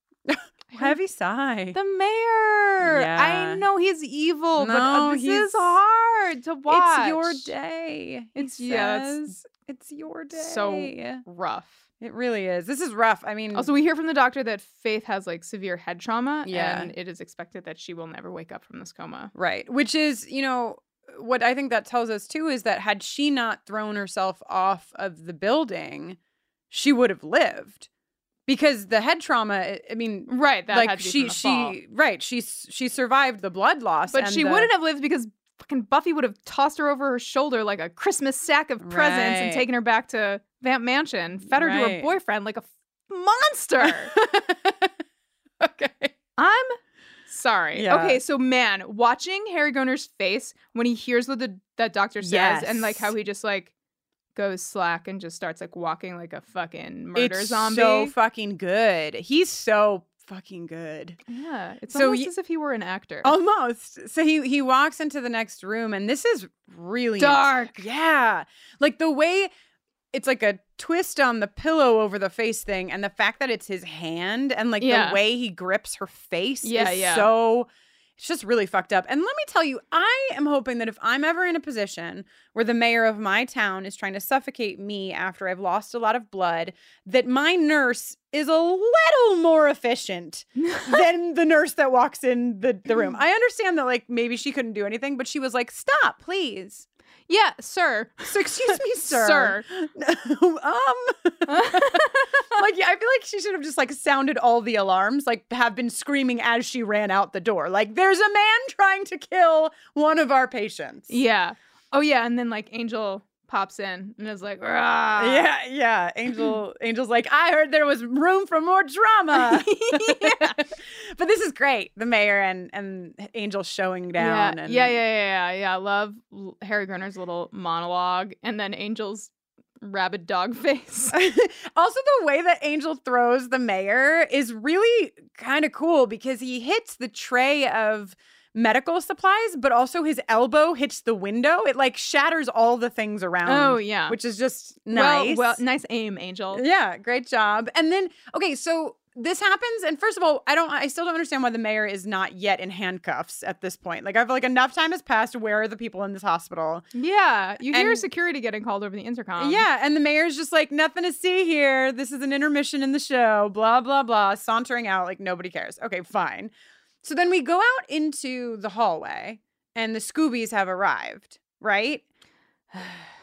Speaker 2: Heavy sigh.
Speaker 1: the mayor.
Speaker 2: Yeah.
Speaker 1: I know he's evil, but uh,
Speaker 2: No,
Speaker 1: this
Speaker 2: he's-
Speaker 1: is hard to watch.
Speaker 2: It's your day. he
Speaker 1: It's- yeah, it's
Speaker 2: says. it's your day.
Speaker 1: so Rough.
Speaker 2: it really is. This is rough. I mean,
Speaker 1: Also, we hear from the doctor that Faith has like severe head trauma,
Speaker 2: Yeah.
Speaker 1: and it is expected that she will never wake up from this coma.
Speaker 2: Right. Which is, you know, what I think that tells us too is that had she not thrown herself off of the building, she would have lived. Because the head trauma, eh, I- I mean,
Speaker 1: Right. Mm, That
Speaker 2: like
Speaker 1: had to be
Speaker 2: she
Speaker 1: from the fall.
Speaker 2: she right, she s- she survived the blood loss,
Speaker 1: but
Speaker 2: and uh,
Speaker 1: she
Speaker 2: the-
Speaker 1: wouldn't have lived because fucking Buffy would have tossed her over her shoulder like a Christmas sack of presents
Speaker 2: Right.
Speaker 1: and taken her back to Vamp Mansion, fed her to
Speaker 2: Right.
Speaker 1: her boyfriend like a f- monster.
Speaker 2: okay.
Speaker 1: I'm sorry.
Speaker 2: Yeah.
Speaker 1: Okay, so man, watching Harry Goner's face when he hears what the that doctor says and like how
Speaker 2: Yes.
Speaker 1: he just like goes slack and just starts like walking like a fucking murder
Speaker 2: it's
Speaker 1: zombie.
Speaker 2: so fucking good. He's so fucking good.
Speaker 1: yeah, it's
Speaker 2: So
Speaker 1: almost
Speaker 2: y- Oh,
Speaker 1: as if he were an actor.
Speaker 2: Almost. So he he walks into the next room, and this is really
Speaker 1: Dark.
Speaker 2: Yeah, like the way it's like a twist on the pillow over the face thing, and the fact that it's his hand, and like
Speaker 1: Yeah.
Speaker 2: the way he grips her face
Speaker 1: Yeah,
Speaker 2: is
Speaker 1: yeah.
Speaker 2: so. It's just really fucked up. And let me tell you, I am hoping that if I'm ever in a position where the mayor of my town is trying to suffocate me after I've lost a lot of blood, that my nurse is a little more efficient
Speaker 6: then the nurse that walks in
Speaker 2: in the, the room. I understand that like maybe she couldn't do anything, but she was like, "Stop, please."
Speaker 1: yeah, sir.
Speaker 2: So excuse me, sir.
Speaker 1: Sir.
Speaker 2: um like yeah, I feel like she should have just like sounded all the alarms, like have been screaming as she ran out the door. Like there's a man trying to kill one of our patients.
Speaker 1: Yeah. Oh yeah, and then like Angel pops in and is like, "Rah."
Speaker 2: Yeah, yeah. Angel Angel's like, I heard there was room for more drama. yeah. But this is great. The mayor and and Angel showing
Speaker 1: Yeah,
Speaker 2: down
Speaker 1: yeah,
Speaker 2: and
Speaker 1: yeah, yeah, yeah, yeah. I love l- Harry Gruner's little monologue, and then Angel's rabid dog face.
Speaker 2: Uh, also, the way that Angel throws the mayor is really kind of cool because he hits the tray of medical supplies, but also his elbow hits the window. It like shatters all the things around.
Speaker 1: oh yeah,
Speaker 2: Which is just
Speaker 1: Well-
Speaker 2: nice.
Speaker 1: Well, nice aim, Angel.
Speaker 2: Yeah, great job. And then, okay, so this happens. And first of all, I don't, I still don't understand why the mayor is not yet in handcuffs at this point. Like, I feel like enough time has passed. Where are the people in this hospital?
Speaker 1: Yeah, you hear
Speaker 2: And-
Speaker 1: security getting called over the intercom.
Speaker 2: Yeah, and the mayor's just like, nothing to see here. This is an intermission in the show, blah, blah, blah, sauntering out like nobody cares. Okay, fine. So then we go out into the hallway, and the Scoobies have arrived, right?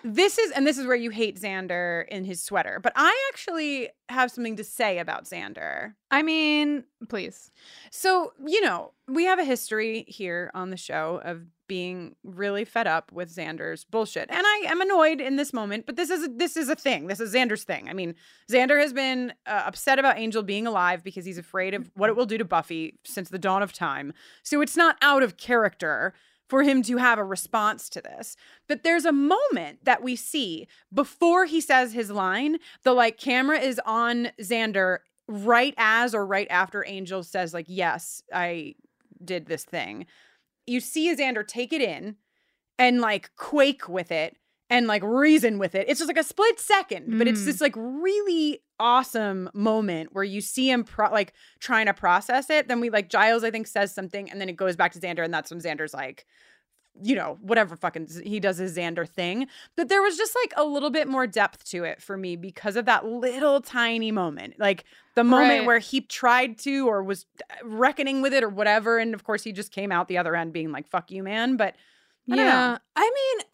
Speaker 2: This is, and this is where you hate Xander in his sweater, but I actually have something to say about Xander.
Speaker 1: I mean, please.
Speaker 2: So, you know, we have a history here on the show of being really fed up with Xander's bullshit. And I am annoyed in this moment, but this is a, this is a thing. This is Xander's thing. I mean, Xander has been uh, upset about Angel being alive because he's afraid of what it will do to Buffy since the dawn of time. So, it's not out of character for him to have a response to this. But there's a moment that we see before he says his line, the like camera is on Xander right as or right after Angel says, like, yes, I did this thing. You see Xander take it in and like quake with it and like reason with it. It's just like a split second, but it's
Speaker 1: Mm.
Speaker 2: this like really awesome moment where you see him pro- like trying to process it. Then we like Giles, I think, says something and then it goes back to Xander. And that's when Xander's like, you know, whatever fucking he does his Xander thing. But there was just like a little bit more depth to it for me because of that little tiny moment. Like the moment
Speaker 1: Right.
Speaker 2: where he tried to or was uh, reckoning with it or whatever. And of course, he just came out the other end being like, fuck you, man. But I don't know.
Speaker 1: I mean,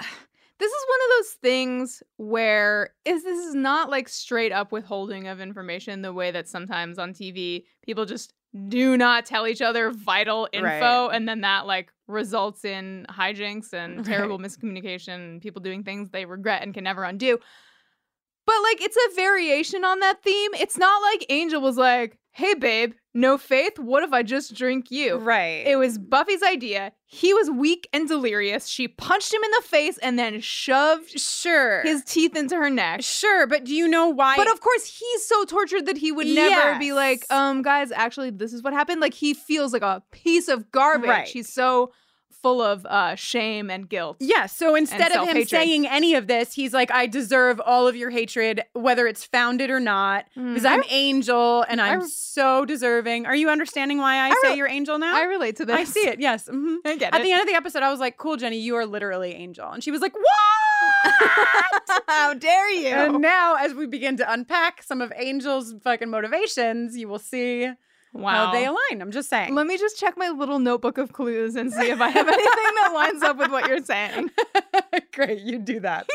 Speaker 1: this is one of those things where is this is not like straight up withholding of information the way that sometimes on TV people just do not tell each other vital info
Speaker 2: Right.
Speaker 1: and then that like results in hijinks and terrible
Speaker 2: Right.
Speaker 1: miscommunication and people doing things they regret and can never undo. But like it's a variation on that theme. It's not like Angel was like, "Hey babe, no faith, what if I just drink you?"
Speaker 2: right.
Speaker 1: It was Buffy's idea. He was weak and delirious. She punched him in the face and then shoved
Speaker 2: sure.
Speaker 1: his teeth into her neck.
Speaker 2: sure. But do you know why?
Speaker 1: But of course, he's so tortured that he would never be like,
Speaker 2: Yes.
Speaker 1: um, guys, actually, this is what happened. Like, he feels like a piece of garbage.
Speaker 2: Right.
Speaker 1: He's so full of uh, shame and guilt.
Speaker 2: Yeah. So instead of him
Speaker 1: self-hatred.
Speaker 2: saying any of this, he's like, I deserve all of your hatred, whether it's founded or not, because I'm angel and I'm
Speaker 1: Mm-hmm. I-
Speaker 2: so deserving. Are you understanding why I, say you're angel now?
Speaker 1: I relate to this.
Speaker 2: I see it. Yes. hmm
Speaker 1: I get
Speaker 2: At
Speaker 1: it.
Speaker 2: the end of the episode, I was like, cool, Jenny, you are literally angel. And she was like, what?
Speaker 1: How dare you?
Speaker 2: and now, as we begin to unpack some of Angel's fucking motivations, you will see how they align. I'm just saying.
Speaker 1: Let me just check my little notebook of clues and see if I have anything that lines up with what you're saying.
Speaker 6: Great, you do that.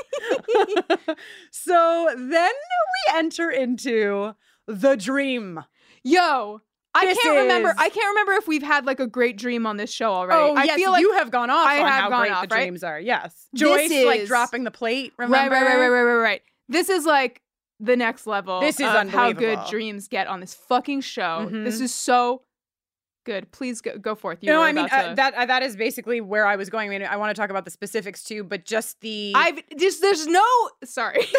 Speaker 2: so then
Speaker 6: we enter into the dream.
Speaker 1: Yo, I
Speaker 2: This
Speaker 1: can't remember.
Speaker 2: is-
Speaker 1: I can't remember if we've had had like a great dream on this show already.
Speaker 2: Oh,
Speaker 1: I
Speaker 2: yes,
Speaker 1: feel like
Speaker 2: you have gone off
Speaker 1: I
Speaker 2: on
Speaker 1: have
Speaker 2: how
Speaker 1: gone
Speaker 2: great
Speaker 1: off,
Speaker 2: the
Speaker 1: right?
Speaker 2: dreams are. Yes,
Speaker 1: This
Speaker 2: Joyce like
Speaker 1: is-
Speaker 2: dropping the plate.
Speaker 1: right, right,
Speaker 2: Remember?
Speaker 1: right, right, right, right, right. This is like the next level.
Speaker 2: This is
Speaker 1: of how good
Speaker 2: unbelievable.
Speaker 1: dreams get on this fucking show. This
Speaker 2: Mhm.
Speaker 1: is so good. Please go, go forth. You
Speaker 2: no,
Speaker 1: were
Speaker 2: I mean
Speaker 1: about to-
Speaker 2: uh, that uh, that is basically where I was going. I mean, I want to talk about the specifics too, but just the
Speaker 1: I've just there's no sorry. I'm so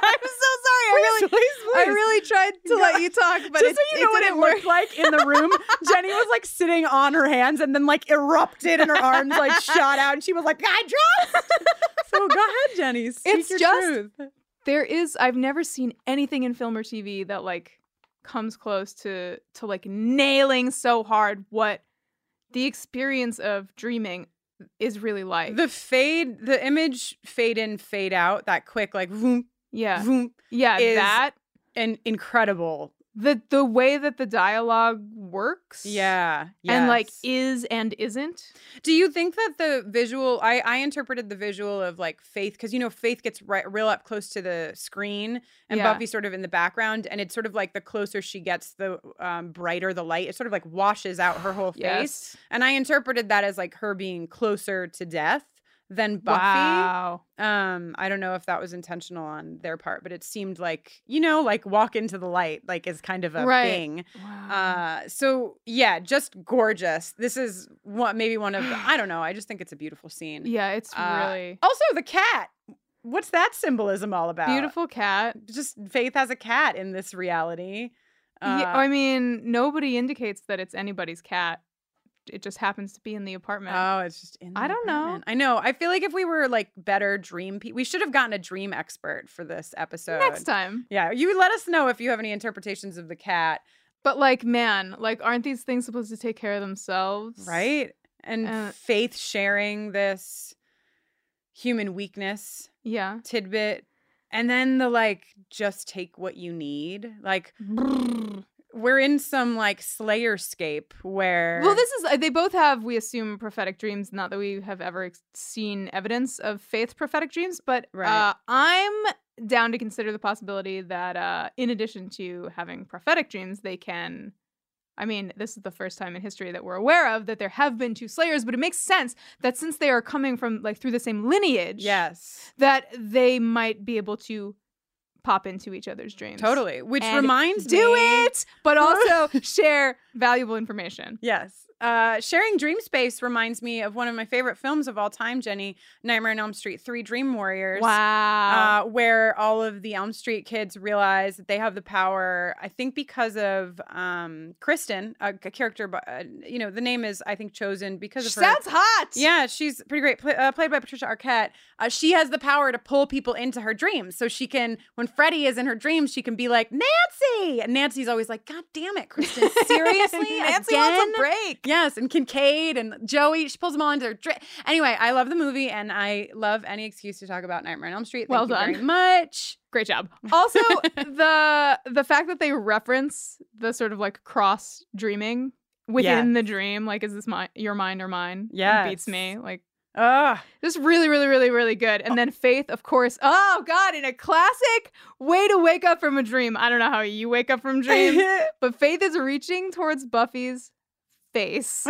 Speaker 1: sorry. I really I really tried to let you talk, but
Speaker 6: Just
Speaker 1: it,
Speaker 6: so you
Speaker 1: it
Speaker 6: know what it
Speaker 1: didn't
Speaker 6: looked like in the room, Jenny was like sitting on her hands and then like erupted and her arms like shot out and she was like, I dropped. so go ahead, Jenny. Speak
Speaker 1: It's
Speaker 6: your
Speaker 1: just-
Speaker 6: truth.
Speaker 1: there is I've never seen anything in film or TV that like comes close to to like nailing so hard what the experience of dreaming is really like.
Speaker 2: the fade, the image fade in, fade out. That quick like vroom,
Speaker 1: yeah.
Speaker 2: vroom,
Speaker 1: Yeah,
Speaker 2: is-
Speaker 1: that
Speaker 2: and incredible.
Speaker 1: the the way that the dialogue works.
Speaker 2: Yeah,
Speaker 1: And like
Speaker 2: yes.
Speaker 1: is and isn't.
Speaker 2: Do you think that the visual I I interpreted the visual of like Faith cuz you know Faith gets right, real up close to the screen and
Speaker 1: Yeah.
Speaker 2: Buffy's sort of in the background and it's sort of like the closer she gets the um, brighter the light it sort of like washes out her whole face
Speaker 1: Yes.
Speaker 2: and I interpreted that as like her being closer to death than Buffy.
Speaker 1: Wow.
Speaker 2: Um I don't know if that was intentional on their part but it seemed like you know like walk into the light like is kind of a
Speaker 1: Right.
Speaker 2: thing.
Speaker 1: Wow.
Speaker 2: Uh, so yeah, just gorgeous. This is what maybe one of the, I don't know. I just think it's a beautiful scene.
Speaker 1: yeah, it's
Speaker 2: uh,
Speaker 1: really
Speaker 2: Also, the cat. What's that symbolism all about?
Speaker 1: beautiful cat.
Speaker 2: Just Faith has a cat in this reality. Uh,
Speaker 1: yeah, I mean, nobody indicates that it's anybody's cat. It just happens to be in the apartment.
Speaker 2: Oh, it's just in.
Speaker 1: I
Speaker 2: the
Speaker 1: don't know.
Speaker 2: apartment. I know. I feel like if we were like better dream, pe- we should have gotten a dream expert for this episode.
Speaker 1: Next time.
Speaker 2: Yeah, you let us know if you have any interpretations of the cat,
Speaker 1: But like, man, like, aren't these things supposed to take care of themselves?
Speaker 2: right? And
Speaker 1: Uh,
Speaker 2: Faith sharing this human weakness.
Speaker 1: Yeah.
Speaker 2: tidbit and then the like just take what you need like we're in some like slayerscape where
Speaker 1: Well, this is, uh, they both have, we assume, prophetic dreams. Not that we have ever ex- seen evidence of faith prophetic dreams, but uh,
Speaker 2: Right.
Speaker 1: I'm down to consider the possibility that, uh, in addition to having prophetic dreams, they can. I mean, this is the first time in history that we're aware of that there have been two slayers, but it makes sense that since they are coming from, like, through the same lineage,
Speaker 2: yes
Speaker 1: that they might be able to pop into each other's dreams.
Speaker 2: totally which
Speaker 1: And
Speaker 2: reminds
Speaker 1: do
Speaker 2: me
Speaker 1: it, but also share valuable information.
Speaker 2: yes uh sharing dream space reminds me of one of my favorite films of all time jenny nightmare on elm street 3 dream warriors
Speaker 1: Wow.
Speaker 2: uh, where all of the Elm Street kids realize that they have the power. I think because of um, Kristen, a, a character, but uh, you know the name is I think chosen because of her.
Speaker 1: Sounds hot.
Speaker 2: Yeah, she's pretty great. Pla uh, played by Patricia Arquette. Uh, she has the power to pull people into her dreams. So she can, when Freddie is in her dreams, she can be like, Nancy. And Nancy's always like, God damn it, Kristen. Seriously?
Speaker 1: Nancy
Speaker 2: Again?
Speaker 1: wants a break.
Speaker 2: Yes, and Kincaid and Joey. She pulls them all into her dream. Anyway, I love the movie and I love any excuse to talk about Nightmare on Elm Street. Thank
Speaker 1: Well
Speaker 2: you
Speaker 1: done.
Speaker 2: very much.
Speaker 1: Great job. Also, the the fact that they reference the sort of like cross dreaming within the dream, like is this my your mind or mine? Yeah, beats
Speaker 2: Yes.
Speaker 1: me. Like
Speaker 2: Ugh.
Speaker 1: just really, really, really, really good. And then Faith, of course. Oh God, in a classic way to wake up from a dream. I don't know how you wake up from dreams, but Faith is reaching towards Buffy's face.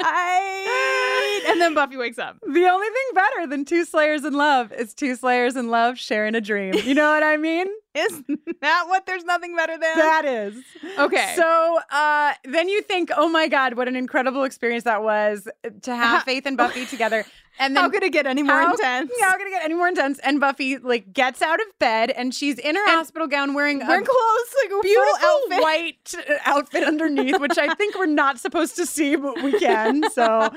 Speaker 1: Tight. And then Buffy wakes up.
Speaker 2: The only thing better than two slayers in love is two slayers in love sharing a dream. You know what I mean?
Speaker 1: Isn't that what there's nothing better than?
Speaker 6: That is.
Speaker 1: okay. So
Speaker 2: So uh, then you think, oh my God, what an incredible experience that was to have Faith and Buffy together. And then
Speaker 1: how could it get any more
Speaker 2: How-
Speaker 1: intense?
Speaker 2: Yeah, I'm gonna get any more intense. And Buffy like gets out of bed and she's in her hospital gown wearing a
Speaker 1: Wearing clothes, like a
Speaker 2: beautiful
Speaker 1: full outfit.
Speaker 2: white uh, outfit underneath, which I think we're not supposed to see, but we can. So,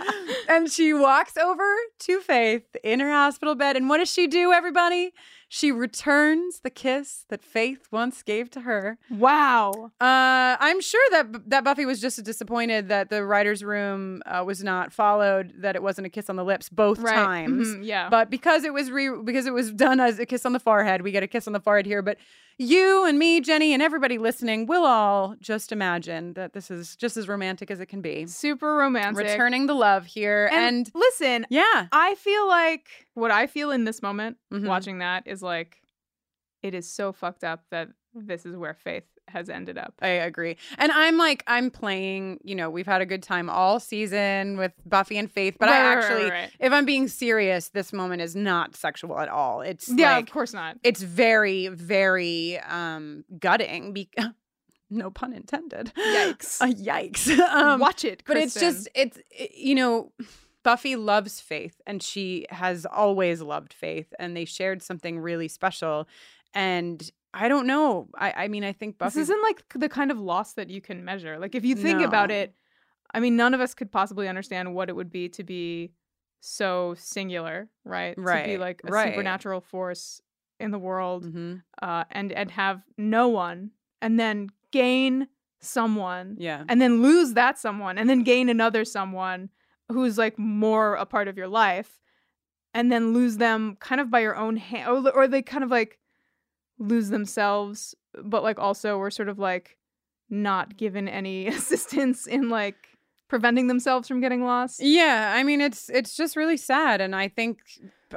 Speaker 2: and she walks over to Faith in her hospital bed, and what does she do, everybody? She returns the kiss that Faith once gave to her.
Speaker 1: Wow.
Speaker 2: Uh, I'm sure that that Buffy was just disappointed that the writers' room uh, was not followed, that it wasn't a kiss on the lips both
Speaker 1: Right.
Speaker 2: times.
Speaker 1: Mhm, yeah.
Speaker 2: But because it was re- because it was done as a kiss on the forehead, we get a kiss on the forehead here. But you and me, Jenny, and everybody listening, will all just imagine that this is just as romantic as it can be.
Speaker 1: Super romantic.
Speaker 2: Returning the love here,
Speaker 1: And,
Speaker 2: and,
Speaker 1: listen,
Speaker 2: yeah,
Speaker 1: I feel like what I feel in this moment
Speaker 2: Mhm.
Speaker 1: watching that is like it is so fucked up that this is where faith has ended up.
Speaker 2: I agree. And I'm like, I'm playing. You know, we've had a good time all season with Buffy and Faith, but I
Speaker 1: Right, right, right,
Speaker 2: actually.
Speaker 1: right.
Speaker 2: If I'm being serious, this moment is not sexual at all. It's
Speaker 1: yeah,
Speaker 2: like,
Speaker 1: of course not.
Speaker 2: it's very, very um gutting. Be- no pun intended.
Speaker 1: Yikes.
Speaker 2: Uh, yikes. um,
Speaker 1: Watch it,
Speaker 2: but it's
Speaker 1: Kristen.
Speaker 2: just it's i- you know, Buffy loves Faith, and she has always loved Faith, and they shared something really special. And I don't know. I, I mean, I think Buffy.
Speaker 1: this isn't like the kind of loss that you can measure. Like if you think about
Speaker 2: No.
Speaker 1: it, I mean, none of us could possibly understand what it would be to be so singular, right? To be
Speaker 2: Right,
Speaker 1: like a
Speaker 2: right.
Speaker 1: supernatural force in the world,
Speaker 2: Mhm.
Speaker 1: uh, and and have no one, and then gain someone,
Speaker 2: Yeah.
Speaker 1: and then lose that someone, and then gain another someone who's like more a part of your life, and then lose them kind of by your own hand, or, or they kind of like lose themselves, but like also were sort of like not given any assistance in like preventing themselves from getting lost.
Speaker 2: Yeah, I mean it's it's just really sad, and I think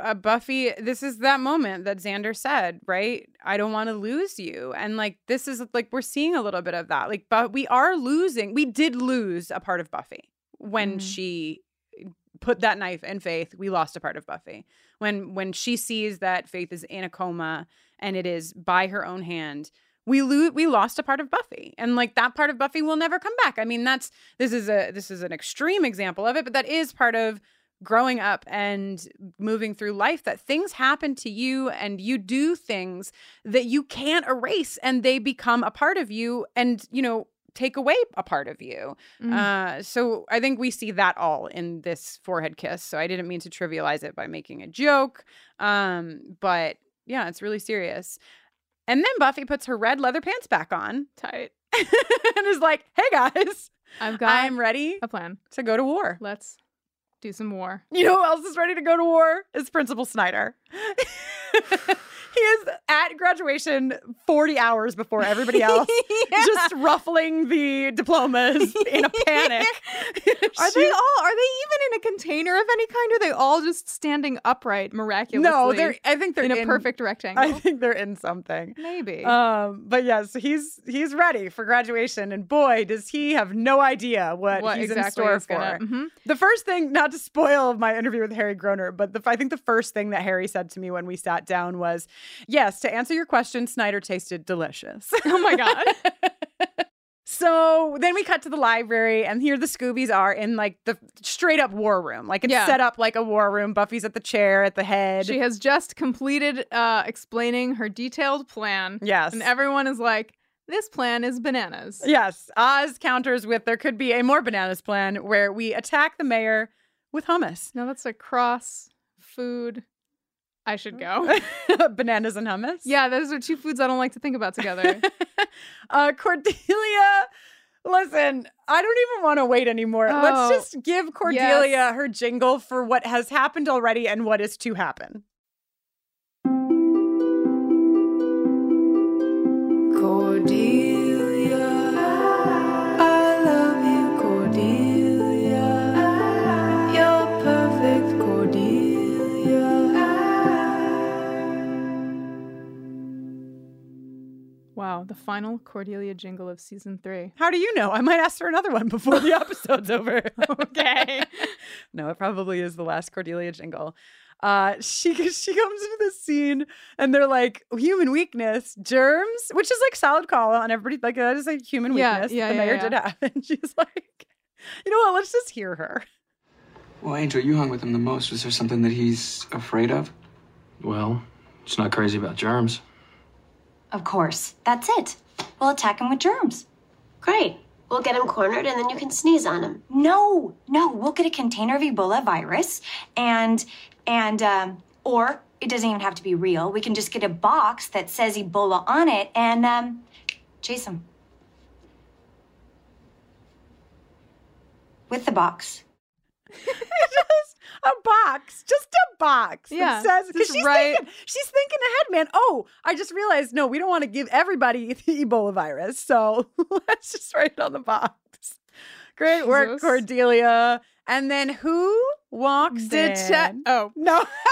Speaker 2: uh, Buffy. This is that moment that Xander said, right? I don't want to lose you, and like this is like we're seeing a little bit of that. Like, but we are losing. We did lose a part of Buffy when
Speaker 1: Mhm.
Speaker 2: she put that knife in Faith. We lost a part of Buffy when when she sees that Faith is in a coma and it is by her own hand. We lo- we lost a part of Buffy, and like that part of Buffy will never come back. I mean, that's this is a this is an extreme example of it but that is part of growing up and moving through life that things happen to you and you do things that you can't erase and they become a part of you and you know take away a part of you
Speaker 1: Mm.
Speaker 2: uh, so i think we see that all in this forehead kiss so i didn't mean to trivialize it by making a joke um, but yeah it's really serious and then buffy puts her red leather pants back on
Speaker 1: Tight.
Speaker 2: and is like hey guys
Speaker 1: I've got
Speaker 2: I'm ready
Speaker 1: a plan.
Speaker 2: to go to war.
Speaker 1: Let's do some war.
Speaker 2: You know who else is ready to go to war? Is Principal Snyder. he is at graduation 40 hours before everybody else, just ruffling the diplomas in a panic.
Speaker 1: Are
Speaker 2: She-
Speaker 1: they all? Are they even in a container of any kind? Are they all just standing upright miraculously?
Speaker 2: No, they're I think they're
Speaker 1: in a perfect
Speaker 2: I
Speaker 1: rectangle.
Speaker 2: think they're in something.
Speaker 1: Maybe.
Speaker 2: Um, but yes, he's he's ready for graduation, and boy, does he have no idea what,
Speaker 1: what
Speaker 2: he's
Speaker 1: exactly
Speaker 2: in
Speaker 1: is
Speaker 2: store
Speaker 1: gonna-
Speaker 2: for.
Speaker 1: Mhm.
Speaker 2: The first thing, not to spoil my interview with Harry Groner, but the, I think the first thing that Harry said to me when we sat down was, "Yes, to answer your question, Snyder tasted delicious."
Speaker 1: Oh my god.
Speaker 2: so then we cut to the library, and here the Scoobies are in like the straight up war room. Like it's
Speaker 1: Yeah.
Speaker 2: set up like a war room. Buffy's at the chair at the head.
Speaker 1: she has just completed uh, explaining her detailed plan.
Speaker 2: yes.
Speaker 1: And everyone is like, this plan is bananas.
Speaker 2: Yes, Oz counters with there could be a more bananas plan where we attack the mayor with hummus.
Speaker 1: Now that's a cross food. I should go.
Speaker 2: bananas and hummus.
Speaker 1: yeah, those are two foods I don't like to think about together.
Speaker 2: uh, Cordelia, listen, I don't even want to wait anymore.
Speaker 1: Oh,
Speaker 2: Let's just give Cordelia
Speaker 1: yes.
Speaker 2: her jingle for what has happened already and what is to happen.
Speaker 1: wow, the final Cordelia jingle of season three.
Speaker 2: How do you know? I might ask for another one before the episode's over.
Speaker 1: Okay.
Speaker 2: no, it probably is the last Cordelia jingle. Uh, she she comes into the scene and they're like human weakness, germs, which is like solid call on everybody. Like that is like human
Speaker 1: Yeah,
Speaker 2: weakness. that
Speaker 1: yeah,
Speaker 2: the
Speaker 1: yeah,
Speaker 2: mayor
Speaker 1: yeah.
Speaker 2: did have, and she's like, you know what? Let's just hear her.
Speaker 4: Well, Angel, you hung with him the most. Was there something that he's afraid of?
Speaker 3: Well, it's not crazy about germs.
Speaker 7: Of course. That's it. We'll attack him with germs.
Speaker 8: Great. We'll get him cornered and then you can sneeze on him.
Speaker 7: No, no. We'll get a container of Ebola virus and, and, um, or it doesn't even have to be real. We can just get a box that says Ebola on it and, um, chase him. With the box.
Speaker 2: just a box, just a box.
Speaker 1: Yeah,
Speaker 2: that says because
Speaker 1: just
Speaker 2: she's
Speaker 1: right-
Speaker 2: thinking, she's thinking ahead, man. Oh, I just realized. No, we don't want to give everybody the Ebola virus, so let's just write it on the box. Great work,
Speaker 1: Jesus.
Speaker 2: Cordelia. And then who walks
Speaker 1: Detec-
Speaker 2: in?
Speaker 1: oh.
Speaker 2: No,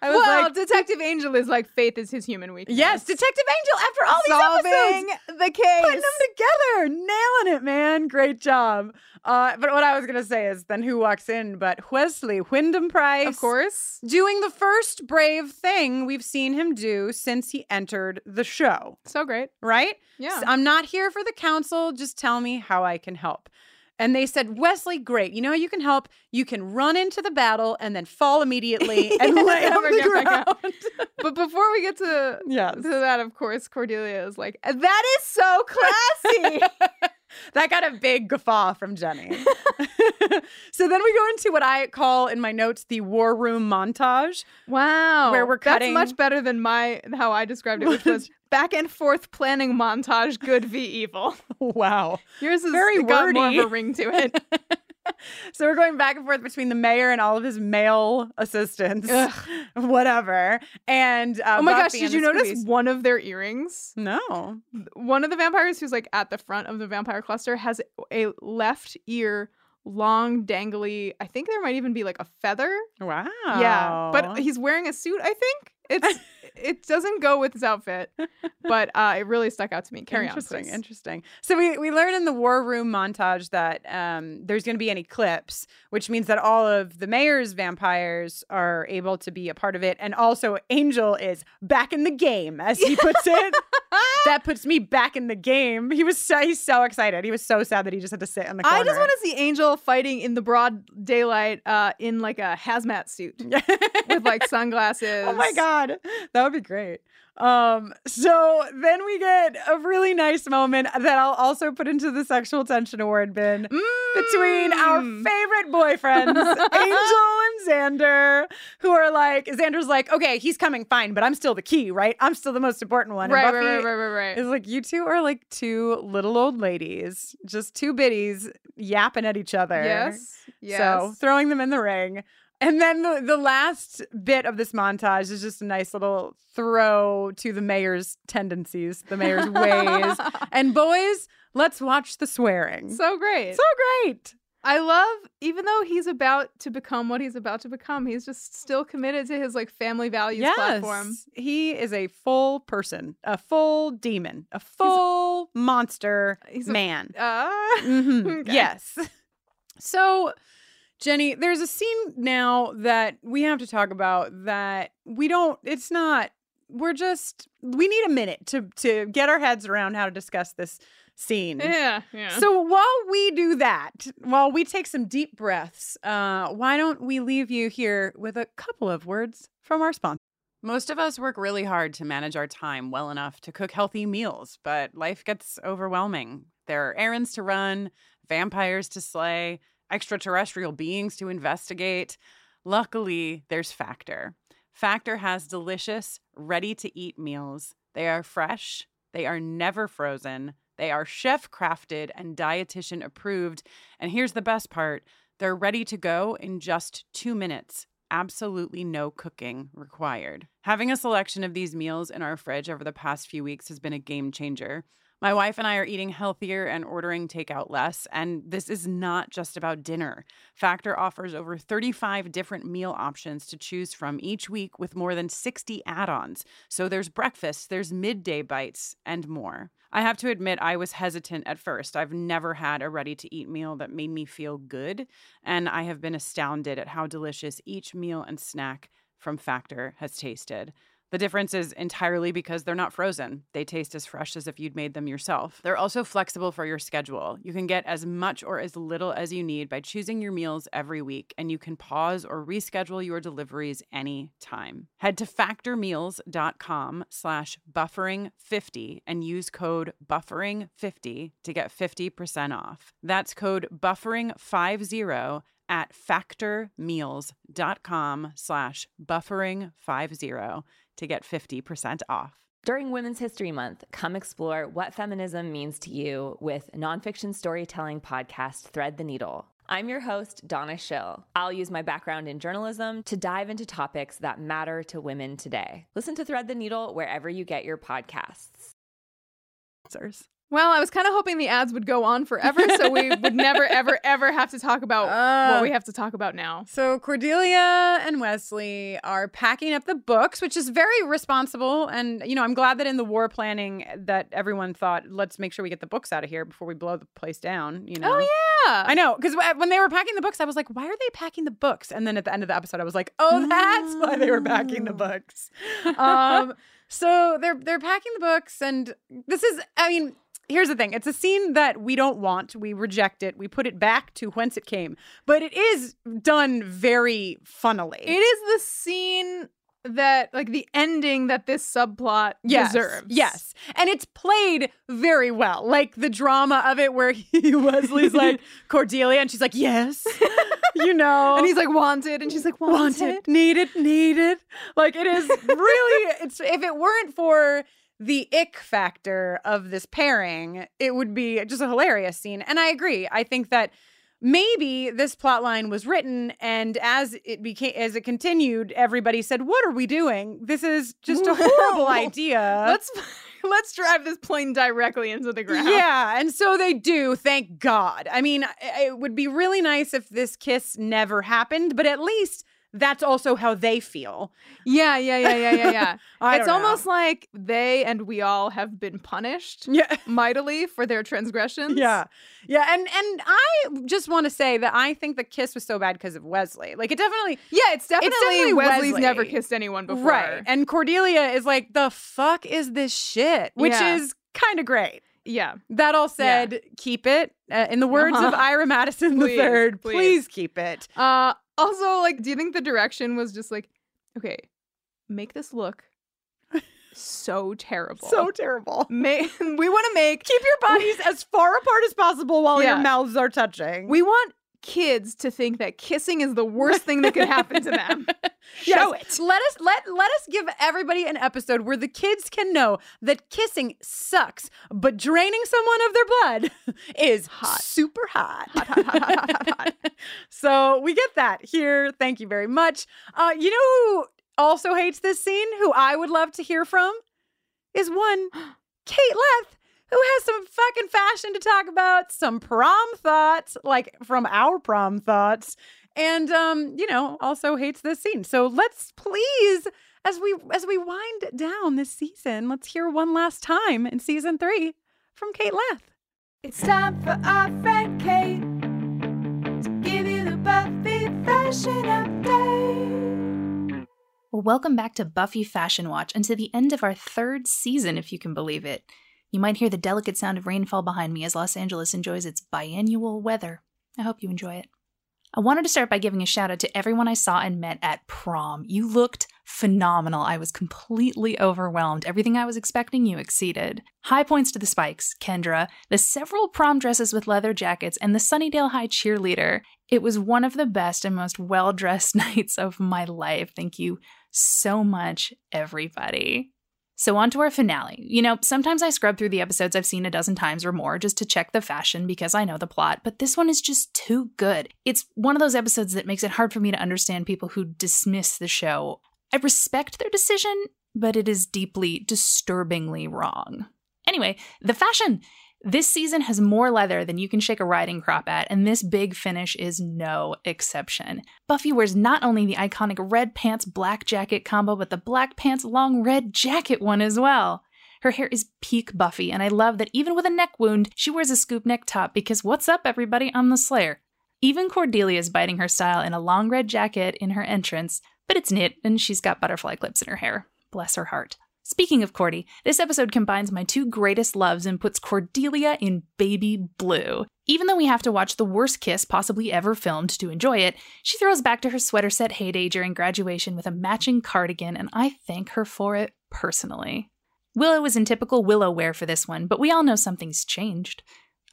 Speaker 2: I was
Speaker 1: well,
Speaker 2: like,
Speaker 1: Detective Angel is like faith is his human weakness.
Speaker 2: yes, Detective Angel. After all these episodes,
Speaker 1: solving the case.
Speaker 2: putting them together, nailing it, man. Great job. Uh, but what I was gonna say is then who walks in? But Wesley Wyndham Price,
Speaker 1: of course.
Speaker 2: doing the first brave thing we've seen him do since he entered the show.
Speaker 1: So great.
Speaker 2: Right?
Speaker 1: Yeah.
Speaker 2: S- I'm not here for the council. Just tell me how I can help. And they said, Wesley, great. You know how you can help? You can run into the battle and then fall immediately and lay on
Speaker 1: Never
Speaker 2: the
Speaker 1: get back up.
Speaker 2: ground.
Speaker 1: but before we get to
Speaker 2: yes.
Speaker 1: to that, of course, Cordelia is like, that is so classy.
Speaker 2: that got a big guffaw from Jenny. so then we go into what I call in my notes the war room montage.
Speaker 1: wow.
Speaker 2: Where we're cutting-
Speaker 1: That's much better than my how I described it, which was back and forth planning montage, good v evil.
Speaker 2: Wow.
Speaker 1: Yours is
Speaker 2: Very
Speaker 1: it got more
Speaker 2: wordy.
Speaker 1: of a ring to it.
Speaker 2: so we're going back and forth between the mayor and all of his male assistants,
Speaker 1: Ugh.
Speaker 2: whatever. And uh,
Speaker 1: oh my gosh,
Speaker 2: Buffy
Speaker 1: did
Speaker 2: and
Speaker 1: you
Speaker 2: the
Speaker 1: notice
Speaker 2: Scoobies.
Speaker 1: one of their earrings?
Speaker 2: No.
Speaker 1: One of the vampires who's like at the front of the vampire cluster has a left ear long dangly i think there might even be like a feather
Speaker 2: Wow.
Speaker 1: yeah but he's wearing a suit i think it's it doesn't go with his outfit but uh it really stuck out to me carry
Speaker 2: interesting,
Speaker 1: on please.
Speaker 2: interesting. So we we learn in the war room montage that um, there's going to be an eclipse, which means that all of the mayor's vampires are able to be a part of it, and also Angel is back in the game, as he puts it. that puts me back in the game. He was so, he's so excited. He was so sad that he just had to sit in the corner.
Speaker 1: I just want to see Angel fighting in the broad daylight uh, in like a hazmat suit with like sunglasses.
Speaker 2: Oh my god, that would be great. Um, so then we get a really nice moment that I'll also put into the sexual tension award bin between our
Speaker 1: Mm.
Speaker 2: favorite boyfriends, Angel and Xander, who are like, Xander's like, okay, he's coming, fine, but I'm still the key, right? I'm still the most important one. And
Speaker 1: Right, right,
Speaker 2: Buffy
Speaker 1: right, right, right, right.
Speaker 2: Is like you two are like two little old ladies, just two biddies yapping at each other.
Speaker 1: Yes. Yes.
Speaker 2: So throwing them in the ring. And then the, the last bit of this montage is just a nice little throw to the mayor's tendencies, the mayor's ways. And boys, let's watch the swearing. So,
Speaker 1: so great.
Speaker 2: great.
Speaker 1: I love, even though he's about to become what he's about to become, he's just still committed to his like family values platform.
Speaker 2: He is a full person, a full demon, a full monster
Speaker 1: he's a-
Speaker 2: man.
Speaker 1: Uh,
Speaker 2: Mhm.
Speaker 1: Okay.
Speaker 2: Yes. So, Jenny, there's a scene now that we have to talk about that we don't, it's not, we're just, we need a minute to, to get our heads around how to discuss this scene.
Speaker 1: yeah. Yeah.
Speaker 2: So while we do that, while we take some deep breaths, uh, why don't we leave you here with a couple of words from our sponsor? Most of us work really hard to manage our time well enough to cook healthy meals, but life gets overwhelming. There are errands to run, vampires to slay, extraterrestrial beings to investigate. Luckily, there's Factor. Factor has delicious, ready to eat meals. They are fresh, they are never frozen, they are chef crafted and dietitian approved. And here's the best part they're ready to go in just two minutes. Absolutely no cooking required. Having a selection of these meals in our fridge over the past few weeks has been a game changer. My wife and I are eating healthier and ordering takeout less, and this is not just about dinner. Factor offers over 35 different meal options to choose from each week with more than 60 add ons. So there's breakfast, there's midday bites, and more. I have to admit, I was hesitant at first. I've never had a ready to eat meal that made me feel good, and I have been astounded at how delicious each meal and snack from Factor has tasted. The difference is entirely because they're not frozen. They taste as fresh as if you'd made them yourself. They're also flexible for your schedule. You can get as much or as little as you need by choosing your meals every week, and you can pause or reschedule your deliveries any time. Head to factormeals.com slash buffering50 and use code buffering50 to get 50% off. That's code buffering50 at factormeals.com slash buffering50 to get 50% off.
Speaker 9: During Women's History Month, come explore what feminism means to you with nonfiction storytelling podcast Thread the Needle. I'm your host, Donna Schill. I'll use my background in journalism to dive into topics that matter to women today. Listen to Thread the Needle wherever you get your podcasts.
Speaker 2: Sirs.
Speaker 1: Well, I was kind of hoping the ads would go on forever, so we would never, ever, ever have to talk about
Speaker 2: Ah.
Speaker 1: what we have to talk about now.
Speaker 2: So Cordelia and Wesley are packing up the books, which is very responsible. And you know, I'm glad that in the war planning that everyone thought, let's make sure we get the books out of here before we blow the place down. You know.
Speaker 1: Oh yeah,
Speaker 2: I know, because when they were packing the books, I was like, "Why are they packing the books?" And then at the end of the episode, I was like, "Oh, that's why they were packing
Speaker 1: Oh.
Speaker 2: the books." Um, so they're they're packing the books, and this is, I mean, here's the thing: it's a scene that we don't want. We reject it. We put it back to whence it came, but it is done very funnily.
Speaker 1: it is the scene that, like, the ending that this subplot
Speaker 2: yes,
Speaker 1: deserves.
Speaker 2: Yes. And it's played very well. Like the drama of it where he, Wesley's like Cordelia and she's like, "Yes." you know.
Speaker 1: and he's like wanted, and she's like wanted.
Speaker 2: wanted, needed, needed. Like it is really it's if it weren't for the ick factor of this pairing, it would be just a hilarious scene. And I agree. I think that maybe this plot line was written and as it became as it continued, everybody said, "What are we doing? This is just a horrible idea."
Speaker 1: Let's let's drive this plane directly into the ground.
Speaker 2: Yeah, and so they do, thank God. I mean, I- it would be really nice if this kiss never happened, but at least that's also how they feel.
Speaker 1: yeah, yeah, yeah, yeah, yeah. yeah.
Speaker 2: I
Speaker 1: it's
Speaker 2: don't know.
Speaker 1: almost like they and we all have been punished
Speaker 2: Yeah.
Speaker 1: mightily for their transgressions.
Speaker 2: Yeah. Yeah, and and I just want to say that I think the kiss was so bad because of Wesley. Like it definitely
Speaker 1: Yeah, it's definitely,
Speaker 2: definitely
Speaker 1: Wesley's
Speaker 2: Wesley.
Speaker 1: never kissed anyone before.
Speaker 2: Right. And Cordelia is like, "The fuck is this shit?" which
Speaker 1: Yeah.
Speaker 2: is kind of great.
Speaker 1: yeah.
Speaker 2: That all said, keep it. Uh, in the words of
Speaker 1: Uh-huh.
Speaker 2: Ira Madison
Speaker 1: Please,
Speaker 2: the third,
Speaker 1: please.
Speaker 2: please keep it.
Speaker 1: Uh also like do you think the direction was just like okay, make this look so terrible.
Speaker 2: So terrible.
Speaker 1: Ma- we want to make
Speaker 2: Keep your bodies as far apart as possible while
Speaker 1: Yeah.
Speaker 2: your mouths are touching.
Speaker 1: we want kids to think that kissing is the worst thing that could happen to them.
Speaker 2: Show it. Let us let let us give everybody an episode where the kids can know that kissing sucks, but draining someone of their blood is hot, super hot. so we get that here. Thank you very much. Uh, you know who also hates this scene? Who I would love to hear from is one Kate Leth. Who has some fucking fashion to talk about, some prom thoughts, like from our prom thoughts, and um, you know, also hates this scene. So let's please, as we as we wind down this season, let's hear one last time in season three from Kate Leth.
Speaker 6: It's time for our friend Kate to give you the Buffy fashion update.
Speaker 10: Well, welcome back to Buffy Fashion Watch and to the end of our third season, if you can believe it. You might hear the delicate sound of rainfall behind me as Los Angeles enjoys its biannual weather. I hope you enjoy it. I wanted to start by giving a shout out to everyone I saw and met at prom. You looked phenomenal. I was completely overwhelmed. Everything I was expecting, you exceeded. High points to the spikes, Kendra, the several prom dresses with leather jackets, and the Sunnydale High cheerleader. It was one of the best and most well dressed nights of my life. Thank you so much, everybody. So, on to our finale. You know, sometimes I scrub through the episodes I've seen a dozen times or more just to check the fashion because I know the plot, but this one is just too good. It's one of those episodes that makes it hard for me to understand people who dismiss the show. I respect their decision, but it is deeply, disturbingly wrong. Anyway, the fashion. This season has more leather than you can shake a riding crop at, and this big finish is no exception. Buffy wears not only the iconic red pants black jacket combo, but the black pants long red jacket one as well. Her hair is peak Buffy, and I love that even with a neck wound, she wears a scoop neck top because what's up, everybody? I'm the Slayer. Even Cordelia is biting her style in a long red jacket in her entrance, but it's knit and she's got butterfly clips in her hair. Bless her heart. Speaking of Cordy, this episode combines my two greatest loves and puts Cordelia in baby blue. Even though we have to watch the worst kiss possibly ever filmed to enjoy it, she throws back to her sweater set heyday during graduation with a matching cardigan, and I thank her for it personally. Willow is in typical Willow wear for this one, but we all know something's changed.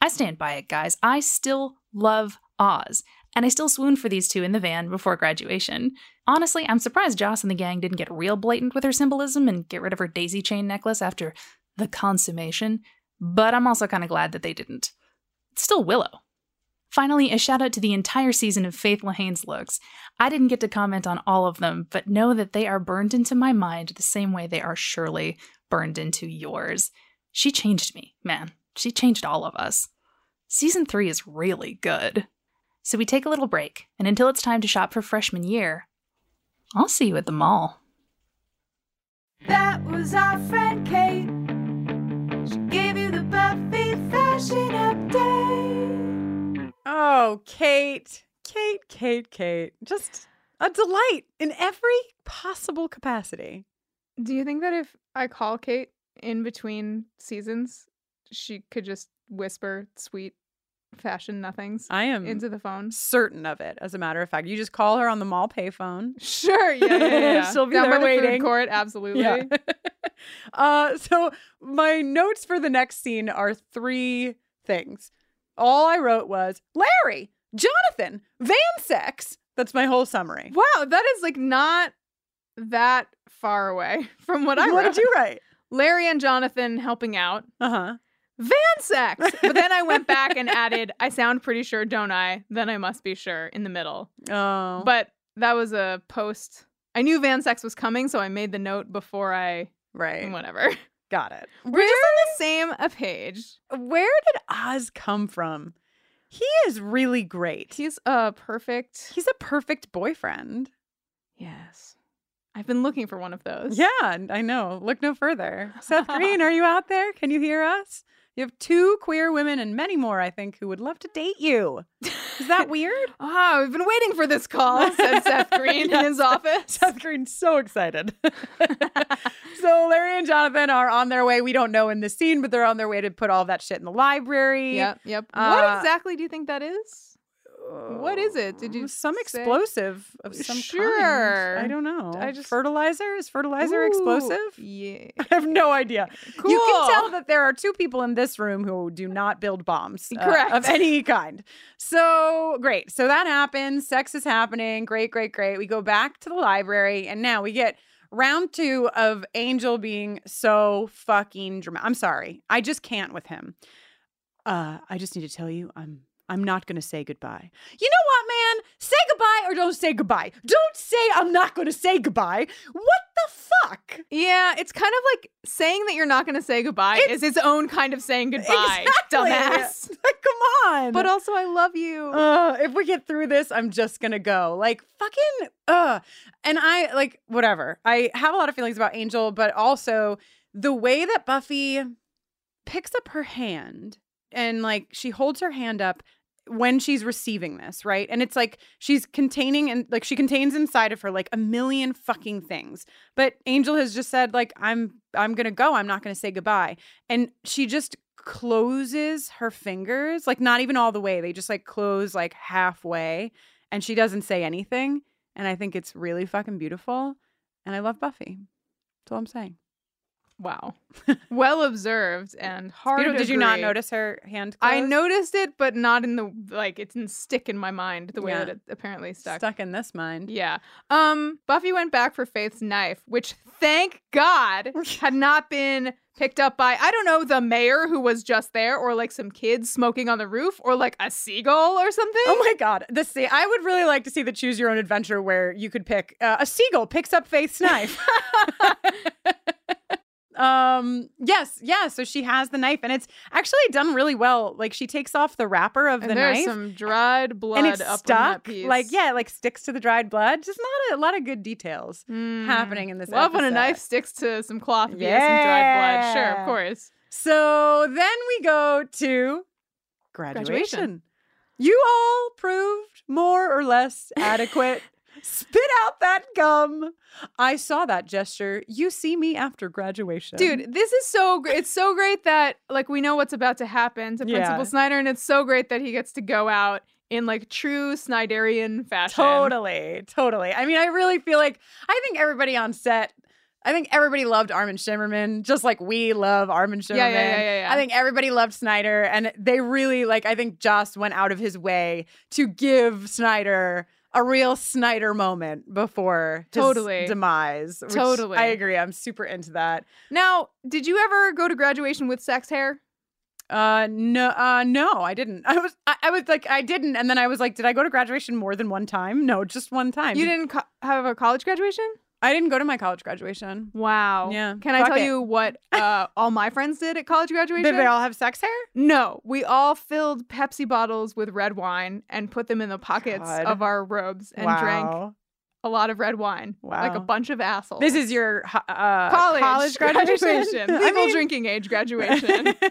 Speaker 10: I stand by it, guys. I still love Oz, and I still swoon for these two in the van before graduation. Honestly, I'm surprised Joss and the gang didn't get real blatant with her symbolism and get rid of her daisy chain necklace after the consummation, but I'm also kind of glad that they didn't. It's still Willow. Finally, a shout out to the entire season of Faith Lahane's looks. I didn't get to comment on all of them, but know that they are burned into my mind the same way they are surely burned into yours. She changed me, man. She changed all of us. Season 3 is really good. So we take a little break, and until it's time to shop for freshman year, I'll see you at the mall.
Speaker 11: That was our friend Kate. She gave you the Buffy fashion update.
Speaker 2: Oh, Kate. Kate, Kate, Kate. Just a delight in every possible capacity.
Speaker 1: Do you think that if I call Kate in between seasons, she could just whisper sweet fashion nothings
Speaker 2: I am
Speaker 1: into the phone?
Speaker 2: Certain of it, as a matter of fact. You just call her on the mall payphone.
Speaker 1: Sure, yeah, yeah, yeah, yeah.
Speaker 2: She'll be
Speaker 1: Down by
Speaker 2: there
Speaker 1: The
Speaker 2: waiting.
Speaker 1: food court, absolutely.
Speaker 2: Yeah. uh, so my notes for the next scene are three things. All I wrote was Larry, Jonathan, van sex. That's my whole summary.
Speaker 1: Wow, that is like not that far away from what I
Speaker 2: what
Speaker 1: wrote.
Speaker 2: did you write?
Speaker 1: Larry and Jonathan helping out.
Speaker 2: Uh huh.
Speaker 1: Van sex. But then I went back and added, I sound pretty sure, don't I? Then I must be sure in the middle.
Speaker 2: Oh,
Speaker 1: But that was a post. I knew van sex was coming, so I made the note before I
Speaker 2: right.
Speaker 1: whatever.
Speaker 2: Got it.
Speaker 1: We're just on the same a page.
Speaker 2: Where did Oz come from? He is really great.
Speaker 1: He's a perfect.
Speaker 2: He's a perfect boyfriend.
Speaker 1: yes. I've been looking for one of those.
Speaker 2: Yeah, I know. Look no further. Seth Green, are you out there? Can you hear us? You have two queer women and many more, I think, who would love to date you. Is that weird?
Speaker 1: Ah, we've been waiting for this call, said Seth Green in his
Speaker 2: Yes.
Speaker 1: office.
Speaker 2: Seth Green's so excited. so Larry and Jonathan are on their way. We don't know in this scene, but they're on their way to put all that shit in the library.
Speaker 1: Yep, yep.
Speaker 2: Uh,
Speaker 1: what exactly do you think that is? What is it? Did you
Speaker 2: some
Speaker 1: say?
Speaker 2: explosive of some
Speaker 1: Sure.
Speaker 2: kind? I don't know.
Speaker 1: I just-
Speaker 2: fertilizer is fertilizer
Speaker 1: Ooh,
Speaker 2: explosive?
Speaker 1: Yeah.
Speaker 2: I have no idea.
Speaker 1: Cool.
Speaker 2: You can tell that there are two people in this room who do not build bombs uh,
Speaker 1: Correct.
Speaker 2: of any kind. So great. So that happens. Sex is happening. Great, great, great. We go back to the library and now we get round two of Angel being so fucking dramatic. I'm sorry. I just can't with him. Uh, I just need to tell you, I'm I'm not gonna say goodbye. You know what, man? Say goodbye or don't say goodbye. Don't say I'm not gonna say goodbye. What the fuck?
Speaker 1: Yeah, it's kind of like saying that you're not going to say goodbye is its own kind of saying goodbye,
Speaker 2: Exactly.
Speaker 1: dumbass.
Speaker 2: Come on.
Speaker 1: But also, I love you.
Speaker 2: uh, if we get through this, I'm just gonna go like fucking uh. And I like whatever. I have a lot of feelings about Angel, but also the way that Buffy picks up her hand and like she holds her hand up when she's receiving this, right? And it's like she's containing and like she contains inside of her like a million fucking things. But Angel has just said like I'm I'm going to go. I'm not going to say goodbye. And she just closes her fingers, like not even all the way. They just like close like halfway and she doesn't say anything. And I think it's really fucking beautiful. And I love Buffy. That's all I'm saying.
Speaker 1: wow. well observed and hard.
Speaker 2: Beautiful.
Speaker 1: to
Speaker 2: Did you not
Speaker 1: agree.
Speaker 2: notice her hand?
Speaker 1: I
Speaker 2: close?
Speaker 1: noticed it, but not in the like. It didn't stick in my mind the way
Speaker 2: Yeah.
Speaker 1: that it apparently stuck.
Speaker 2: Stuck in this mind.
Speaker 1: Yeah. Um. Buffy went back for Faith's knife, which thank God had not been picked up by I don't know the mayor who was just there, or like some kids smoking on the roof, or like a seagull or something.
Speaker 2: Oh my god! This see, I would really like to see the choose your own adventure where you could pick uh, a seagull picks up Faith's knife. Um, yes, yeah. So she has the knife, and it's actually done really well. Like she takes off the wrapper of
Speaker 1: And
Speaker 2: the
Speaker 1: there's
Speaker 2: knife,
Speaker 1: some dried blood
Speaker 2: and it's
Speaker 1: up
Speaker 2: stuck.
Speaker 1: on that piece.
Speaker 2: Like yeah, it, like sticks to the dried blood. Just not a, lot of good details happening in this.
Speaker 1: Love Hmm. when a
Speaker 2: episode.
Speaker 1: knife sticks to some cloth via some dried blood. Sure,
Speaker 2: Yeah.
Speaker 1: of course.
Speaker 2: So then we go to graduation.
Speaker 1: Graduation.
Speaker 2: You all proved more or less adequate. Spit out that gum. I saw that gesture. You see me after graduation.
Speaker 1: Dude, this is so great. It's so great that like we know what's about to happen to
Speaker 2: Yeah.
Speaker 1: Principal Snyder, and it's so great that he gets to go out in like true Snyderian fashion.
Speaker 2: Totally, totally. I mean, I really feel like I think everybody on set, I think everybody loved Armin Shimmerman, just like we love Armin Shimmerman.
Speaker 1: Yeah, yeah, yeah, yeah, yeah.
Speaker 2: I think everybody loved Snyder, and they really like. I think Joss went out of his way to give Snyder a real Snyder moment before his
Speaker 1: Totally.
Speaker 2: demise. which
Speaker 1: Totally.
Speaker 2: I agree. I'm super into that.
Speaker 1: Now, did you ever go to graduation with sex hair?
Speaker 2: Uh no uh no I didn't I was I, I was like I didn't and then I was like did I go to graduation more than one time no just one time
Speaker 1: You didn't co- have a college graduation?
Speaker 2: I didn't go to my college graduation.
Speaker 1: Wow.
Speaker 2: Yeah.
Speaker 1: Can I
Speaker 2: Fuck
Speaker 1: tell
Speaker 2: it.
Speaker 1: you what uh, all my friends did at college graduation?
Speaker 2: Did they all have sex hair?
Speaker 1: No, we all filled Pepsi bottles with red wine and put them in the pockets
Speaker 2: God.
Speaker 1: of our robes and drank
Speaker 2: Wow.
Speaker 1: a lot of red wine, like a
Speaker 2: Wow.
Speaker 1: bunch of assholes.
Speaker 2: This is your hi- uh,
Speaker 1: college,
Speaker 2: college,
Speaker 1: graduation,
Speaker 2: I
Speaker 1: legal
Speaker 2: mean,
Speaker 1: drinking age graduation.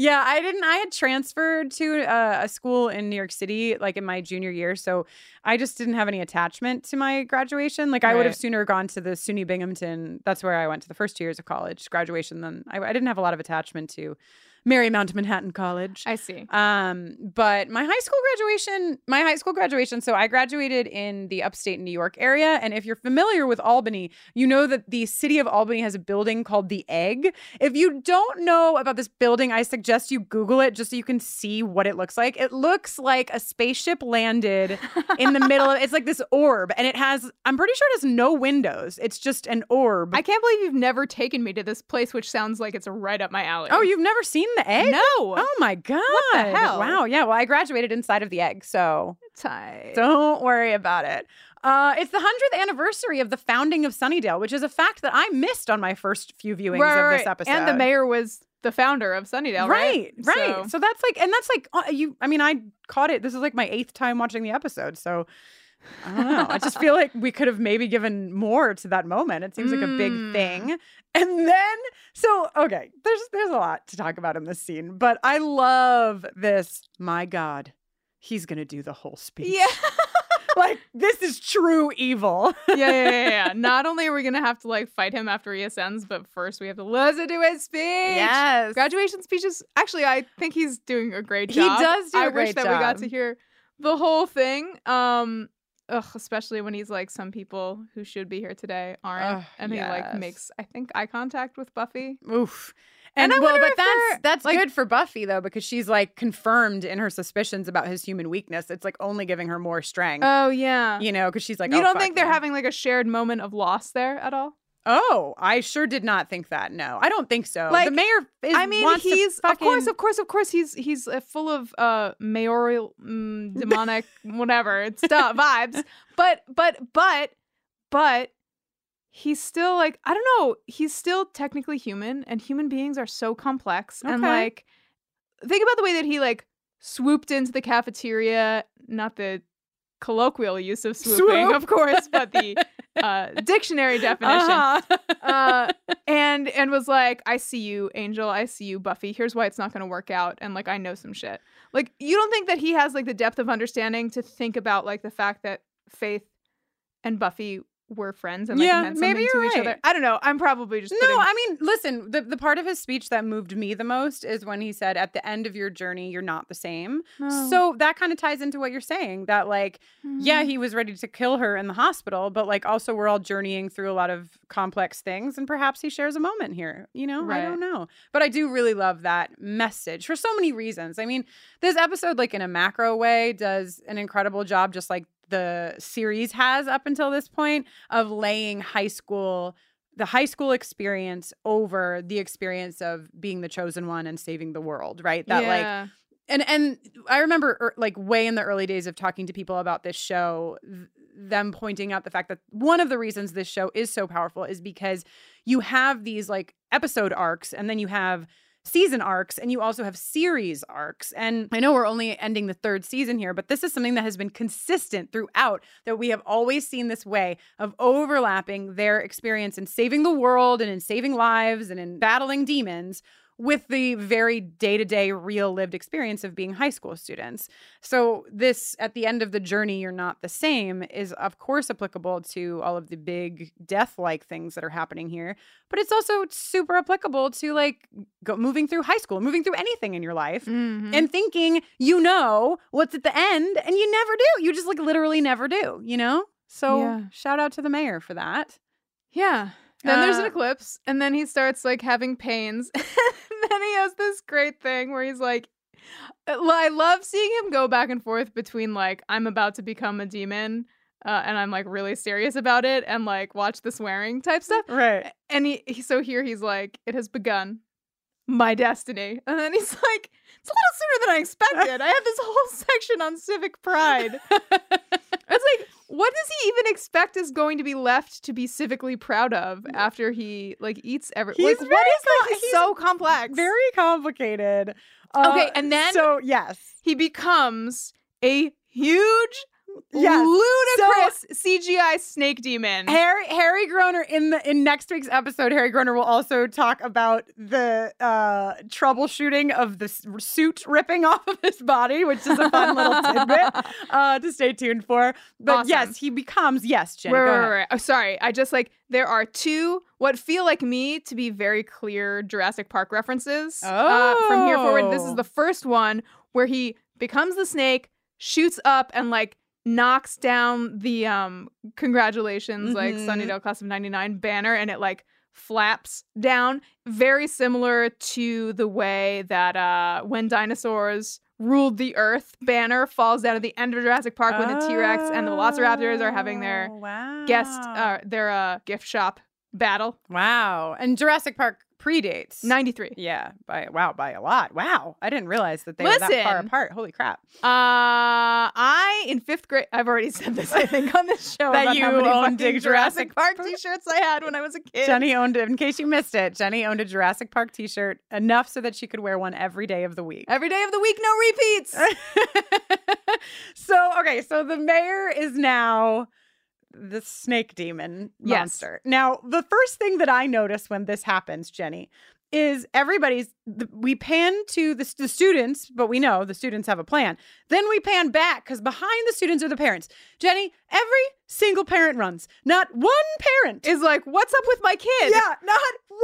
Speaker 2: Yeah, I didn't. I had transferred to uh, a school in New York City, like in my junior year, so I just didn't have any attachment to my graduation. Like I would have
Speaker 1: Right.
Speaker 2: sooner gone to the SUNY Binghamton. That's where I went to the first two years of college graduation. Then I, I didn't have a lot of attachment to Marymount Manhattan College.
Speaker 1: I see.
Speaker 2: Um, but my high school graduation, my high school graduation, so I graduated in the upstate New York area. And if you're familiar with Albany, you know that the city of Albany has a building called the Egg. If you don't know about this building, I suggest you Google it just so you can see what it looks like. It looks like a spaceship landed in the middle of it's like this orb, and it has, I'm pretty sure it has no windows. It's just an orb.
Speaker 1: I can't believe you've never taken me to this place, which sounds like it's right up my alley.
Speaker 2: Oh, you've never seen the egg?
Speaker 1: No.
Speaker 2: Oh my god.
Speaker 1: hell?
Speaker 2: Wow. Yeah. Well, I graduated inside of the egg, so
Speaker 1: tight.
Speaker 2: don't worry about it. Uh, it's the hundredth anniversary of the founding of Sunnydale, which is a fact that I missed on my first few viewings
Speaker 1: Right,
Speaker 2: of
Speaker 1: right,
Speaker 2: this
Speaker 1: right.
Speaker 2: episode.
Speaker 1: And the mayor was the founder of Sunnydale, right?
Speaker 2: right, right. So. that's like, and that's like, uh, you. I mean, I caught it. This is like my eighth time watching the episode, so. I don't know. I just feel like we could have maybe given more to that moment. It seems like a big
Speaker 1: Mm.
Speaker 2: thing. And then so okay, there's there's a lot to talk about in this scene, but I love this. My god. He's going to do the whole speech.
Speaker 1: Yeah.
Speaker 2: like this is true evil.
Speaker 1: yeah, yeah, yeah, yeah. Not only are we gonna have to like fight him after he ascends, but first we have to listen to his speech.
Speaker 2: Yes.
Speaker 1: graduation speeches. Actually, I think he's doing a great
Speaker 2: He
Speaker 1: job.
Speaker 2: does do
Speaker 1: I
Speaker 2: a
Speaker 1: wish
Speaker 2: great
Speaker 1: that we got
Speaker 2: job.
Speaker 1: to hear the whole thing. Um, ugh, especially when he's like, some people who should be here today aren't,
Speaker 2: Ugh,
Speaker 1: and he like
Speaker 2: yes.
Speaker 1: makes I think eye contact with Buffy.
Speaker 2: Oof.
Speaker 1: And
Speaker 2: And,
Speaker 1: I
Speaker 2: well,
Speaker 1: wonder
Speaker 2: but
Speaker 1: if
Speaker 2: that's
Speaker 1: they're,
Speaker 2: that's
Speaker 1: like-
Speaker 2: good for Buffy though, because she's like confirmed in her suspicions about his human weakness. It's like only giving her more strength.
Speaker 1: Oh yeah.
Speaker 2: Uh, you know, because she's like,
Speaker 1: you
Speaker 2: "Oh,
Speaker 1: don't
Speaker 2: fuck
Speaker 1: think they're
Speaker 2: no."
Speaker 1: having like a shared moment of loss there at all?
Speaker 2: Oh, I sure did not think that. No, I don't think so.
Speaker 1: Like,
Speaker 2: the mayor is.
Speaker 1: I mean,
Speaker 2: wants to
Speaker 1: he's of course,
Speaker 2: fucking-
Speaker 1: of course, of course, he's he's uh, full of uh mayoral, mm, demonic, whatever it's stuff vibes. But but but but he's still like I don't know. He's still technically human, and human beings are so complex. And
Speaker 2: Okay.
Speaker 1: like, think about the way that he like swooped into the cafeteria. Not the colloquial use of swooping,
Speaker 2: Swoop.
Speaker 1: of course, but the uh, dictionary definition
Speaker 9: Uh-huh.
Speaker 1: uh, and and was like, "I see you, Angel. I see you, Buffy. Here's why it's not going to work out." And like, I know some shit. Like, you don't think that he has like the depth of understanding to think about like the fact that Faith and Buffy were friends and like
Speaker 2: Yeah,
Speaker 1: meant something
Speaker 2: maybe
Speaker 1: to
Speaker 2: you're
Speaker 1: each other.
Speaker 2: right.
Speaker 1: I don't know. I'm probably just
Speaker 2: No,
Speaker 1: putting-
Speaker 2: I mean, listen, the, the part of his speech that moved me the most is when he said, At the end of your journey, you're not the same.
Speaker 1: No.
Speaker 2: So that kind of ties into what you're saying that, like, yeah, he was ready to kill her in the hospital, but like, also, we're all journeying through a lot of complex things, and perhaps he shares a moment here. You know, I
Speaker 1: Right.
Speaker 2: don't know. But I do really love that message for so many reasons. I mean, this episode, like, in a macro way, does an incredible job, just like the series has up until this point, of laying high school the high school experience over the experience of being the chosen one and saving the world, right? That like
Speaker 1: Yeah.
Speaker 2: and and I remember er, like way in the early days of talking to people about this show th- them pointing out the fact that one of the reasons this show is so powerful is because you have these like episode arcs and then you have season arcs and you also have series arcs. And I know we're only ending the third season here, but this is something that has been consistent throughout that we have always seen this way of overlapping their experience in saving the world and in saving lives and in battling demons with the very day to day, real lived experience of being high school students. So, this at the end of the journey, you're not the same is, of course, applicable to all of the big death like things that are happening here, but it's also super applicable to like go, moving through high school, moving through anything in your life, mm-hmm. and thinking you know what's at the end, and you never do. You just like literally never do, you know? So, yeah. shout out to the mayor for that.
Speaker 1: Yeah. Then
Speaker 2: Uh,
Speaker 1: there's an eclipse, and then he starts like having pains. and then he has this great thing where he's like, "Uh, I love seeing him go back and forth between like, I'm about to become a demon. Uh, and I'm like really serious about it, and like watch the swearing type stuff.
Speaker 2: Right.
Speaker 1: And he, he so here he's like, it has begun, my destiny. And then he's like, it's a little sooner than I expected. I have this whole section on civic pride. it's like, what does he even expect is going to be left to be civically proud of after he like eats every
Speaker 6: he's
Speaker 1: like
Speaker 6: very
Speaker 1: what is that?
Speaker 6: com-
Speaker 1: He's so complex.
Speaker 6: Very complicated.
Speaker 1: Uh, okay, and then
Speaker 6: so yes,
Speaker 1: he becomes a huge yes. ludicrous so, CGI snake demon.
Speaker 2: Harry Harry Groner in the in next week's episode, Harry Groner will also talk about the uh, troubleshooting of the suit ripping off of his body, which is a fun little tidbit uh, to stay tuned for. But awesome. yes, he becomes yes. Jen,
Speaker 1: right, right, right. Oh, sorry, I just like there are two what feel like me to be very clear Jurassic Park references.
Speaker 2: Oh. Uh,
Speaker 1: from here forward, this is the first one where he becomes the snake, shoots up, and like knocks down the um congratulations mm-hmm. like Sunnydale class of 99 banner and it like flaps down very similar to the way that uh when dinosaurs ruled the earth banner falls down at the end of Jurassic Park oh, when the T-Rex and the velociraptors are having their
Speaker 2: Oh, wow.
Speaker 1: guest
Speaker 2: Ah.
Speaker 1: uh their uh gift shop battle.
Speaker 2: Wow. And Jurassic Park predates
Speaker 1: 93.
Speaker 2: Yeah, by wow, by a lot. Wow. I didn't realize that they Listen, were that far apart. Holy crap.
Speaker 1: Uh I in 5th grade I've already said this I think on this show
Speaker 2: that you owned
Speaker 1: Jurassic, Jurassic Park t-shirts I had when I was a kid.
Speaker 2: Jenny owned it in case you missed it. Jenny owned a Jurassic Park t-shirt enough so that she could wear one every day of the week.
Speaker 1: Every day of the week, no
Speaker 2: repeats. so, okay, so the mayor is now the snake demon yes. monster. Now, the first thing that I notice when this happens, Jenny, is everybody's the, we pan to the, the, students, but we know the students have a plan. Then we pan back because behind the students are the parents. Jenny, every single parent runs. Not one parent
Speaker 1: is like, "What's up with my kid?"
Speaker 6: Yeah, not one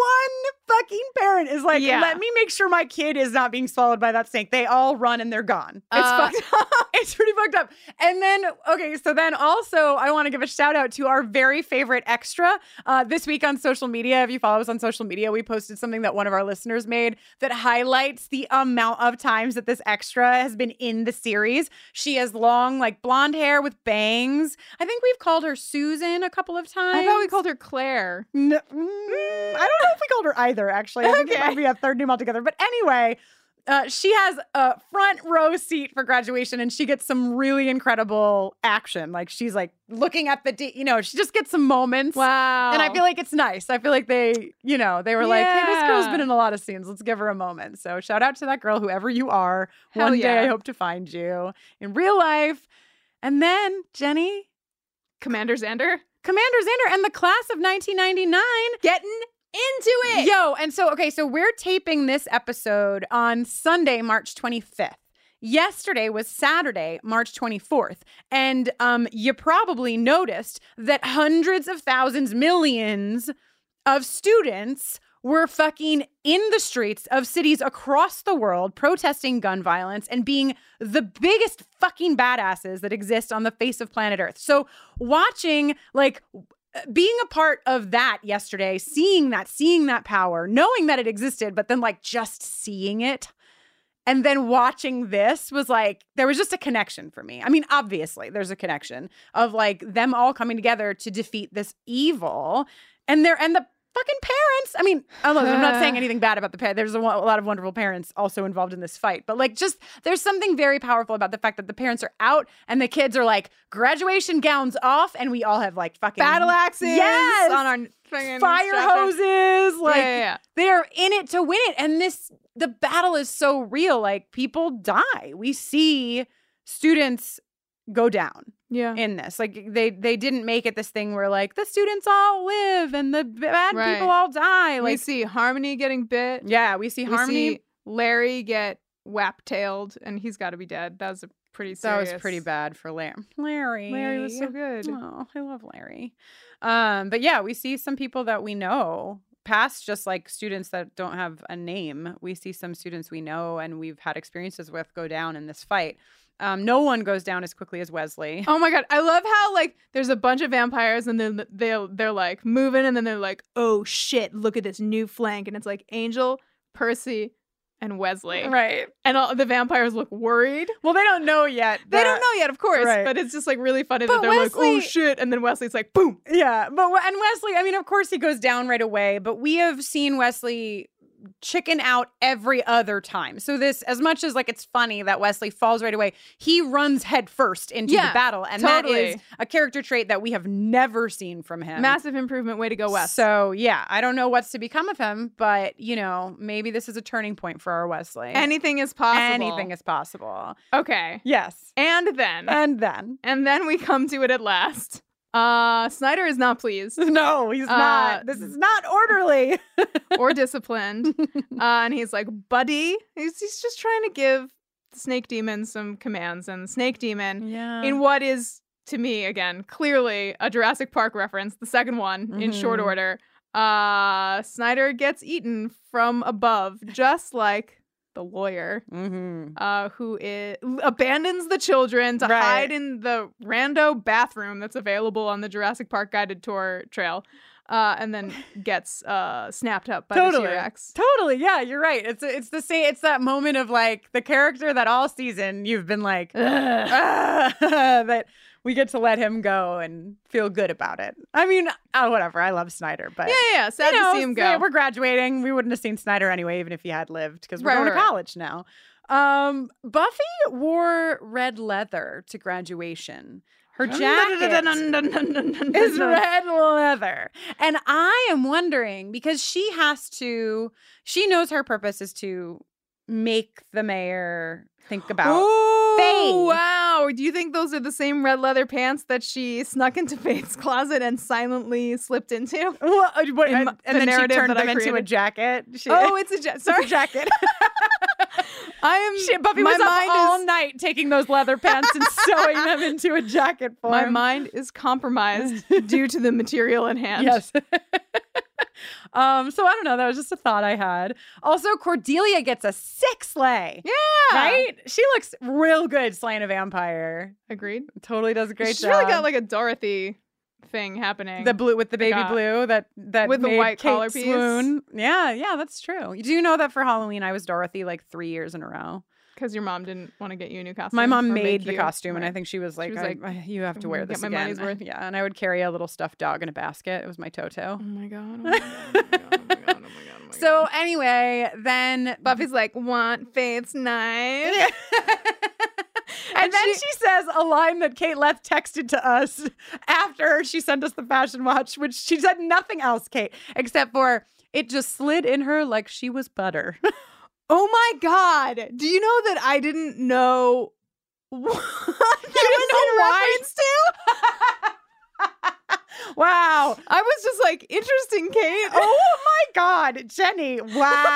Speaker 6: fucking parent is like, yeah. "Let me make sure my kid is not being swallowed by that snake." They all run and they're gone. It's
Speaker 2: uh,
Speaker 6: fucked up.
Speaker 2: it's pretty fucked up. And then, okay, so then also, I want to give a shout out to our very favorite extra uh, this week on social media. If you follow us on social media, we posted something that one of our listeners made that highlights the amount of times that this extra has been in the series. She has long, like blonde hair with bangs. I think we've called her Susan a couple of times.
Speaker 1: I thought we called her Claire.
Speaker 6: No, mm, I don't know if we called her either, actually. I okay. think it might be a third name altogether. But anyway,
Speaker 2: uh, she has a front row seat for graduation and she gets some really incredible action. Like she's like looking at the, de- you know, she just gets some moments.
Speaker 1: Wow.
Speaker 2: And I feel like it's nice. I feel like they, you know, they were yeah. like, hey, this girl's been in a lot of scenes. Let's give her a moment. So shout out to that girl, whoever you are.
Speaker 1: Hell
Speaker 2: One
Speaker 1: yeah.
Speaker 2: day I hope to find you in real life. And then Jenny,
Speaker 1: Commander Xander.
Speaker 2: Commander Xander and the class of 1999
Speaker 1: getting into it.
Speaker 2: Yo, and so, okay, so we're taping this episode on Sunday, March 25th. Yesterday was Saturday, March 24th. And um, you probably noticed that hundreds of thousands, millions of students were fucking in the streets of cities across the world protesting gun violence and being the biggest fucking badasses that exist on the face of planet Earth. So, watching like being a part of that yesterday, seeing that, seeing that power, knowing that it existed, but then like just seeing it and then watching this was like there was just a connection for me. I mean, obviously, there's a connection of like them all coming together to defeat this evil and there and the fucking parents. I mean, I'm I'm not saying anything bad about the parents. There's a, wa- a lot of wonderful parents also involved in this fight, but like, just there's something very powerful about the fact that the parents are out and the kids are like graduation gowns off, and we all have like fucking
Speaker 1: Battle axes
Speaker 2: yes,
Speaker 1: on our friggin'
Speaker 2: fire
Speaker 1: strap on.
Speaker 2: hoses. Like
Speaker 1: yeah, yeah.
Speaker 2: they are in it to win it, and this the battle is so real. Like people die. We see students go down
Speaker 1: Yeah.
Speaker 2: in this. Like they they didn't make it this thing where like the students all live and the b- bad
Speaker 1: Right.
Speaker 2: people all die.
Speaker 1: we
Speaker 2: Like
Speaker 1: see Harmony getting bit.
Speaker 2: yeah, we see
Speaker 1: we
Speaker 2: Harmony.
Speaker 1: see Larry get whap-tailed, and he's got to be dead. That was a pretty
Speaker 2: that
Speaker 1: serious.
Speaker 2: was pretty bad for Larry. Larry.
Speaker 1: Larry was so good.
Speaker 2: Oh, I love Larry. Um, but yeah, we see some people that we know past just like students that don't have a name. We see some students we know and we've had experiences with go down in this fight. Um, no one goes down as quickly as Wesley.
Speaker 1: Oh my god, I love how like there's a bunch of vampires and then they they're like moving and then they're like, "Oh shit, look at this new flank." And it's like Angel, Percy, and Wesley.
Speaker 2: Right.
Speaker 1: And all the vampires look worried.
Speaker 2: Well, they don't know yet.
Speaker 1: They
Speaker 2: that-
Speaker 1: don't know yet, of course,
Speaker 2: Right.
Speaker 1: but it's just like really funny
Speaker 2: But
Speaker 1: that they're like, "Oh
Speaker 2: Wesley-
Speaker 1: shit." And then Wesley's like, "Boom."
Speaker 2: Yeah, but we- and Wesley, I mean, of course he goes down right away, but we have seen Wesley chicken out every other time. So this, as much as like it's funny that Wesley falls right away, he runs head first into
Speaker 1: Yeah,
Speaker 2: the battle, and that is
Speaker 1: totally.
Speaker 2: a character trait that we have never seen from him.
Speaker 1: Massive improvement way to go, Wes.
Speaker 2: So yeah, I don't know what's to become of him, but you know, maybe this is a turning point for our Wesley.
Speaker 1: Anything is possible.
Speaker 2: Anything is Uh, possible.
Speaker 1: Okay.
Speaker 2: Yes.
Speaker 1: And then
Speaker 2: And then.
Speaker 1: and then we come to it at last. Uh Snyder is not pleased.
Speaker 2: No, he's
Speaker 1: Uh,
Speaker 2: not. This is not orderly.
Speaker 1: or disciplined. uh, and he's like, buddy, he's, he's just trying to give the snake demon some commands. And the snake demon,
Speaker 2: Yeah.
Speaker 1: in what is to me, again, clearly a Jurassic Park reference, the second one in short
Speaker 2: Mhm.
Speaker 1: order, uh, Snyder gets eaten from above, just like the lawyer.
Speaker 2: mm-hmm.
Speaker 1: Uh, who is, abandons the children to
Speaker 2: Right.
Speaker 1: hide in the rando bathroom that's available on the Jurassic Park guided tour trail, uh, and then gets uh, snapped up by the T-Rex.
Speaker 2: Totally. Yeah, you're right. It's it's the same. It's that moment of like the character that all season you've been like "Ugh," that we get to let him go and feel good about it. I mean, uh, whatever. I love Snyder, but
Speaker 1: Yeah, yeah, yeah. Sad
Speaker 2: you know,
Speaker 1: to see him go.
Speaker 2: yeah, We're graduating. We wouldn't have seen Snyder anyway, even if he had lived, because we're
Speaker 1: Right,
Speaker 2: going
Speaker 1: right,
Speaker 2: to
Speaker 1: right.
Speaker 2: college now. Um, Buffy wore red leather to graduation. Her jacket is red leather. And I am wondering because she has to, she knows her purpose is to make the mayor think about.
Speaker 1: Ooh,
Speaker 2: Faith.
Speaker 1: wow. Do you think those are the same red leather pants that she snuck into Faith's closet and silently slipped into?
Speaker 2: Well, uh, what-
Speaker 1: In
Speaker 2: and,
Speaker 1: my-
Speaker 2: and
Speaker 1: the
Speaker 2: then she
Speaker 1: narrative
Speaker 2: turned
Speaker 1: that
Speaker 2: them
Speaker 1: I
Speaker 2: into a
Speaker 1: created.
Speaker 2: jacket. She,
Speaker 1: Oh, it's a ja-
Speaker 2: a
Speaker 1: sorry.
Speaker 2: jacket.
Speaker 1: I am
Speaker 2: She, Buffy
Speaker 1: my
Speaker 2: was
Speaker 1: mind
Speaker 2: up all
Speaker 1: is,
Speaker 2: night taking those leather pants and sewing them into a jacket form.
Speaker 1: my mind is compromised due to the material in hand.
Speaker 2: Yes. um, so I don't know. That was just a thought I had. Also, Cordelia gets a sick sleigh. Yeah. Right? She looks real good slaying a vampire.
Speaker 1: Agreed.
Speaker 2: Totally does a great
Speaker 1: She's
Speaker 2: job.
Speaker 1: really got like a Dorothy thing happening.
Speaker 2: the blue with the baby
Speaker 1: got-
Speaker 2: blue that that
Speaker 1: With the
Speaker 2: made
Speaker 1: white
Speaker 2: Kate
Speaker 1: collar piece.
Speaker 2: swoon. Yeah, yeah, that's true. Do you know that for Halloween I was Dorothy like three years in a row?
Speaker 1: because your mom didn't want to get you a new costume.
Speaker 2: My
Speaker 1: or
Speaker 2: mom
Speaker 1: make
Speaker 2: made the
Speaker 1: you.
Speaker 2: costume, and I
Speaker 1: Right.
Speaker 2: think she was like,
Speaker 1: was
Speaker 2: I-
Speaker 1: like,
Speaker 2: I- "You have to
Speaker 1: "Mm,
Speaker 2: wear
Speaker 1: get
Speaker 2: this
Speaker 1: my
Speaker 2: again."
Speaker 1: money's worth.
Speaker 2: Yeah, and I would carry a little stuffed dog in a basket. It was my Toto.
Speaker 1: Oh my god! Oh my god! Oh my god! Oh my god! Oh my god! Oh my
Speaker 2: So anyway, then
Speaker 1: Buffy's like, want Faith's knife?
Speaker 2: and then she, says a line that Kate left texted to us after she sent us the fashion watch, which she said nothing else, Kate, except for it just slid in her like she was butter.
Speaker 1: oh my god! Do you know that I didn't know what it was in reference
Speaker 2: to? wow.
Speaker 1: I was just like, interesting, Kate.
Speaker 2: Oh my God, Jenny.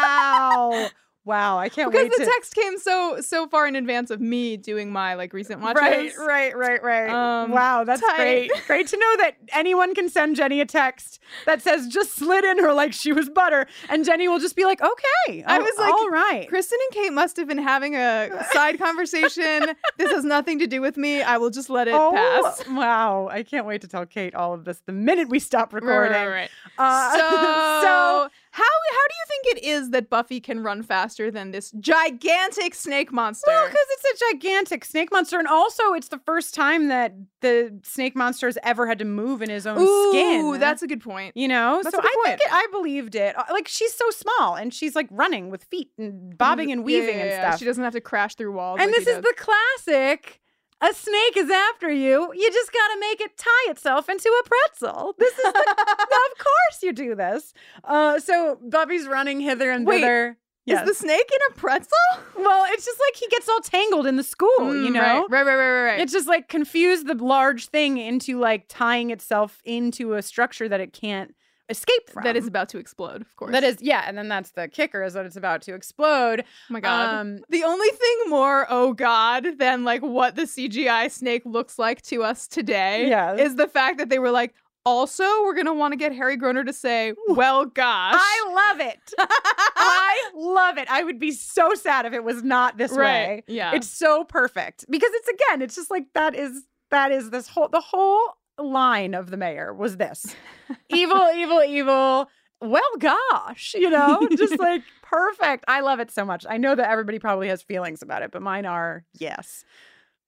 Speaker 2: Wow. Wow. I can't
Speaker 1: because
Speaker 2: wait
Speaker 1: the
Speaker 2: to-
Speaker 1: text came so so far in advance of me doing my like recent watches.
Speaker 2: Right, right, right, right.
Speaker 1: Um,
Speaker 2: wow, that's
Speaker 1: tight.
Speaker 2: great. Great to know that anyone can send Jenny a text that says just slid in her like she was butter, and Jenny will just be like, okay.
Speaker 1: I
Speaker 2: oh,
Speaker 1: was like,
Speaker 2: all right.
Speaker 1: Kristen and Kate must have been having a side conversation. this has nothing to do with me. I will just let it
Speaker 2: oh,
Speaker 1: pass.
Speaker 2: wow. I can't wait to tell Kate all of this the minute we stop
Speaker 1: Right,
Speaker 2: recording.
Speaker 1: uh, right, right, right.
Speaker 2: Uh,
Speaker 1: so,
Speaker 2: so,
Speaker 1: How how do you think it is that Buffy can run faster than this gigantic snake monster?
Speaker 2: Well, because it's a gigantic snake monster, and also it's the first time that the snake monster has ever had to move in his own
Speaker 1: Ooh,
Speaker 2: skin.
Speaker 1: that's a good point.
Speaker 2: You know,
Speaker 1: That's
Speaker 2: so
Speaker 1: a good
Speaker 2: I
Speaker 1: point.
Speaker 2: think it, I believed it. Uh, Like she's so small, and she's like running with feet and bobbing and
Speaker 1: Yeah,
Speaker 2: weaving
Speaker 1: Mm, yeah,
Speaker 2: and
Speaker 1: yeah.
Speaker 2: stuff.
Speaker 1: She doesn't have to crash through walls.
Speaker 2: and
Speaker 1: like
Speaker 2: this
Speaker 1: he
Speaker 2: is
Speaker 1: does.
Speaker 2: the classic. A snake is after you. You just gotta make it tie itself into a pretzel. This is, the, of course, you do this. Uh, so Bobby's running hither and
Speaker 1: Wait,
Speaker 2: thither.
Speaker 1: Is the snake in a pretzel?
Speaker 2: Well, it's just like he gets all tangled in the school, you
Speaker 1: Mm,
Speaker 2: know?
Speaker 1: right, right, right, right, right.
Speaker 2: It's just like confused the large thing into like tying itself into a structure that it can't escape from.
Speaker 1: that is about to explode, of course.
Speaker 2: That is, yeah, and then that's the kicker is that it's about to explode.
Speaker 1: Oh my god.
Speaker 2: Um,
Speaker 1: the only thing more oh god than like what the CGI snake looks like to us today
Speaker 2: Yes.
Speaker 1: is the fact that they were like also we're going to want to get Harry Groner to say, "Well gosh."
Speaker 2: I love it. I love it. I would be so sad if it was not this
Speaker 1: Right,
Speaker 2: way.
Speaker 1: yeah.
Speaker 2: It's so perfect. Because it's again, it's just like that is that is this whole the whole line of the mayor was this. evil, evil, evil. Well gosh, you know, just like perfect. I love it so much. I know that everybody probably has feelings about it, but mine are yes.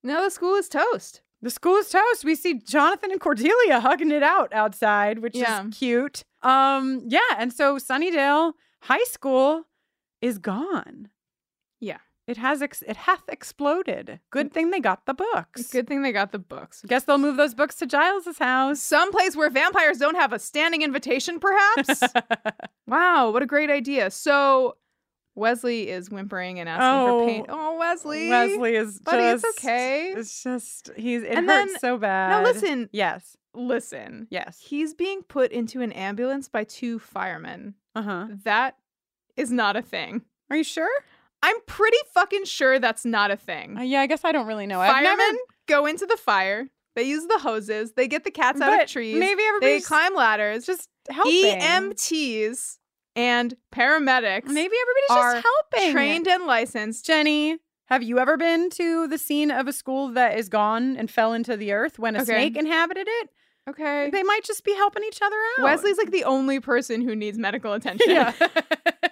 Speaker 1: now the school is toast.
Speaker 2: The school is toast. We see Jonathan and Cordelia hugging it out outside, which
Speaker 1: Yeah.
Speaker 2: is cute. Um, yeah, and so Sunnydale High School is gone.
Speaker 1: Yeah. Mm.
Speaker 2: It has ex- it hath exploded. Good thing they got the books.
Speaker 1: Good thing they got the books.
Speaker 2: Guess they'll move those books to Giles's house.
Speaker 1: Someplace where vampires don't have a standing invitation, perhaps? wow, what a great idea. So Wesley is whimpering and asking
Speaker 2: Oh,
Speaker 1: for paint. Oh, Wesley.
Speaker 2: Wesley is
Speaker 1: Buddy, it's
Speaker 2: just
Speaker 1: okay.
Speaker 2: It's just he's it
Speaker 1: And
Speaker 2: hurts
Speaker 1: then-
Speaker 2: so bad.
Speaker 1: Now listen,
Speaker 2: Yes.
Speaker 1: listen.
Speaker 2: Yes.
Speaker 1: He's being put into an ambulance by two firemen.
Speaker 2: Uh-huh.
Speaker 1: That is not a thing.
Speaker 2: Are you sure?
Speaker 1: I'm pretty fucking sure that's not a thing.
Speaker 2: Uh, yeah, I guess I don't really know. I've
Speaker 1: Firemen
Speaker 2: never
Speaker 1: go into the fire. They use the hoses. They get the cats out
Speaker 2: But
Speaker 1: of trees.
Speaker 2: maybe
Speaker 1: they
Speaker 2: everybody's
Speaker 1: climb E ladders.
Speaker 2: just helping.
Speaker 1: EMTs and paramedics.
Speaker 2: Maybe everybody's
Speaker 1: are
Speaker 2: just helping.
Speaker 1: Trained and licensed.
Speaker 2: Jenny, have you ever been to the scene of a school that is gone and fell into the earth when a
Speaker 1: Okay.
Speaker 2: snake inhabited it?
Speaker 1: Okay.
Speaker 2: They might just be helping each other out.
Speaker 1: Wesley's like the only person who needs medical attention.
Speaker 2: yeah.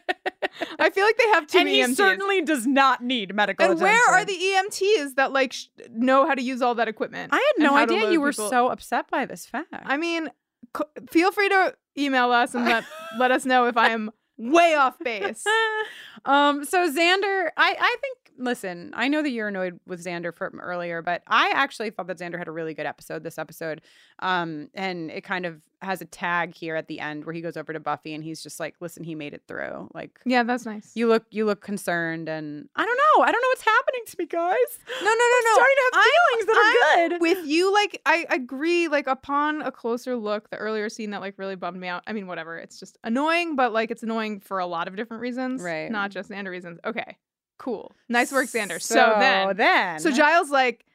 Speaker 1: I feel like they have E too
Speaker 2: and
Speaker 1: many
Speaker 2: he
Speaker 1: EMTs.
Speaker 2: certainly does not need medical
Speaker 1: and where are the
Speaker 2: attention.
Speaker 1: EMTs that like sh- know how to use all that equipment?
Speaker 2: I had
Speaker 1: and
Speaker 2: no
Speaker 1: how to
Speaker 2: idea
Speaker 1: load
Speaker 2: you were
Speaker 1: people?
Speaker 2: so upset by this fact.
Speaker 1: I mean, c- feel free to email us and let let us know if I am way off base.
Speaker 2: um, so Xander, I, I think listen, I know that you're annoyed with Xander from earlier, but I actually thought that Xander had a really good episode this episode. Um, and it kind of has a tag here at the end where he goes over to Buffy and he's just like, listen, he made it through. Like
Speaker 1: Yeah, that's nice.
Speaker 2: you look you look concerned and I don't know. I don't know what's happening to me, guys.
Speaker 1: no, no, no, no.
Speaker 2: starting to have feelings that are
Speaker 1: I'm
Speaker 2: good.
Speaker 1: With you, like I agree. Like upon a closer look, the earlier scene that like really bummed me out. I mean, whatever. It's just annoying, but like it's annoying for a lot of different reasons,
Speaker 2: Right.
Speaker 1: Not just Xander reasons. Okay, cool. Nice work, Xander. So, then,
Speaker 2: then
Speaker 1: so Giles like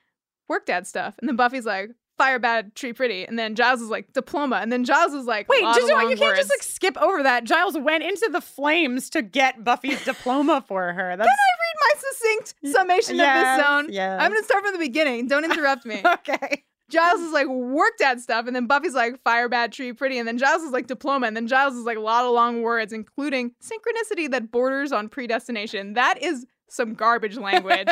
Speaker 1: work dad stuff, and then Buffy's like fire bad, tree pretty, and then Giles is like diploma, and then Giles is like
Speaker 2: Wait,
Speaker 1: "Lot of
Speaker 2: just, you
Speaker 1: long
Speaker 2: can't just
Speaker 1: words."
Speaker 2: like skip over that. Giles went into the flames to get Buffy's diploma for her. That's
Speaker 1: read my succinct summation
Speaker 2: Yes,
Speaker 1: of this zone?
Speaker 2: yes.
Speaker 1: I'm gonna start from the beginning. Don't interrupt me.
Speaker 2: okay.
Speaker 1: Giles is like work dad stuff, and then Buffy's like fire bad tree pretty, and then Giles is like diploma, and then Giles is like a lot of long words, including synchronicity that borders on predestination. That is some garbage language.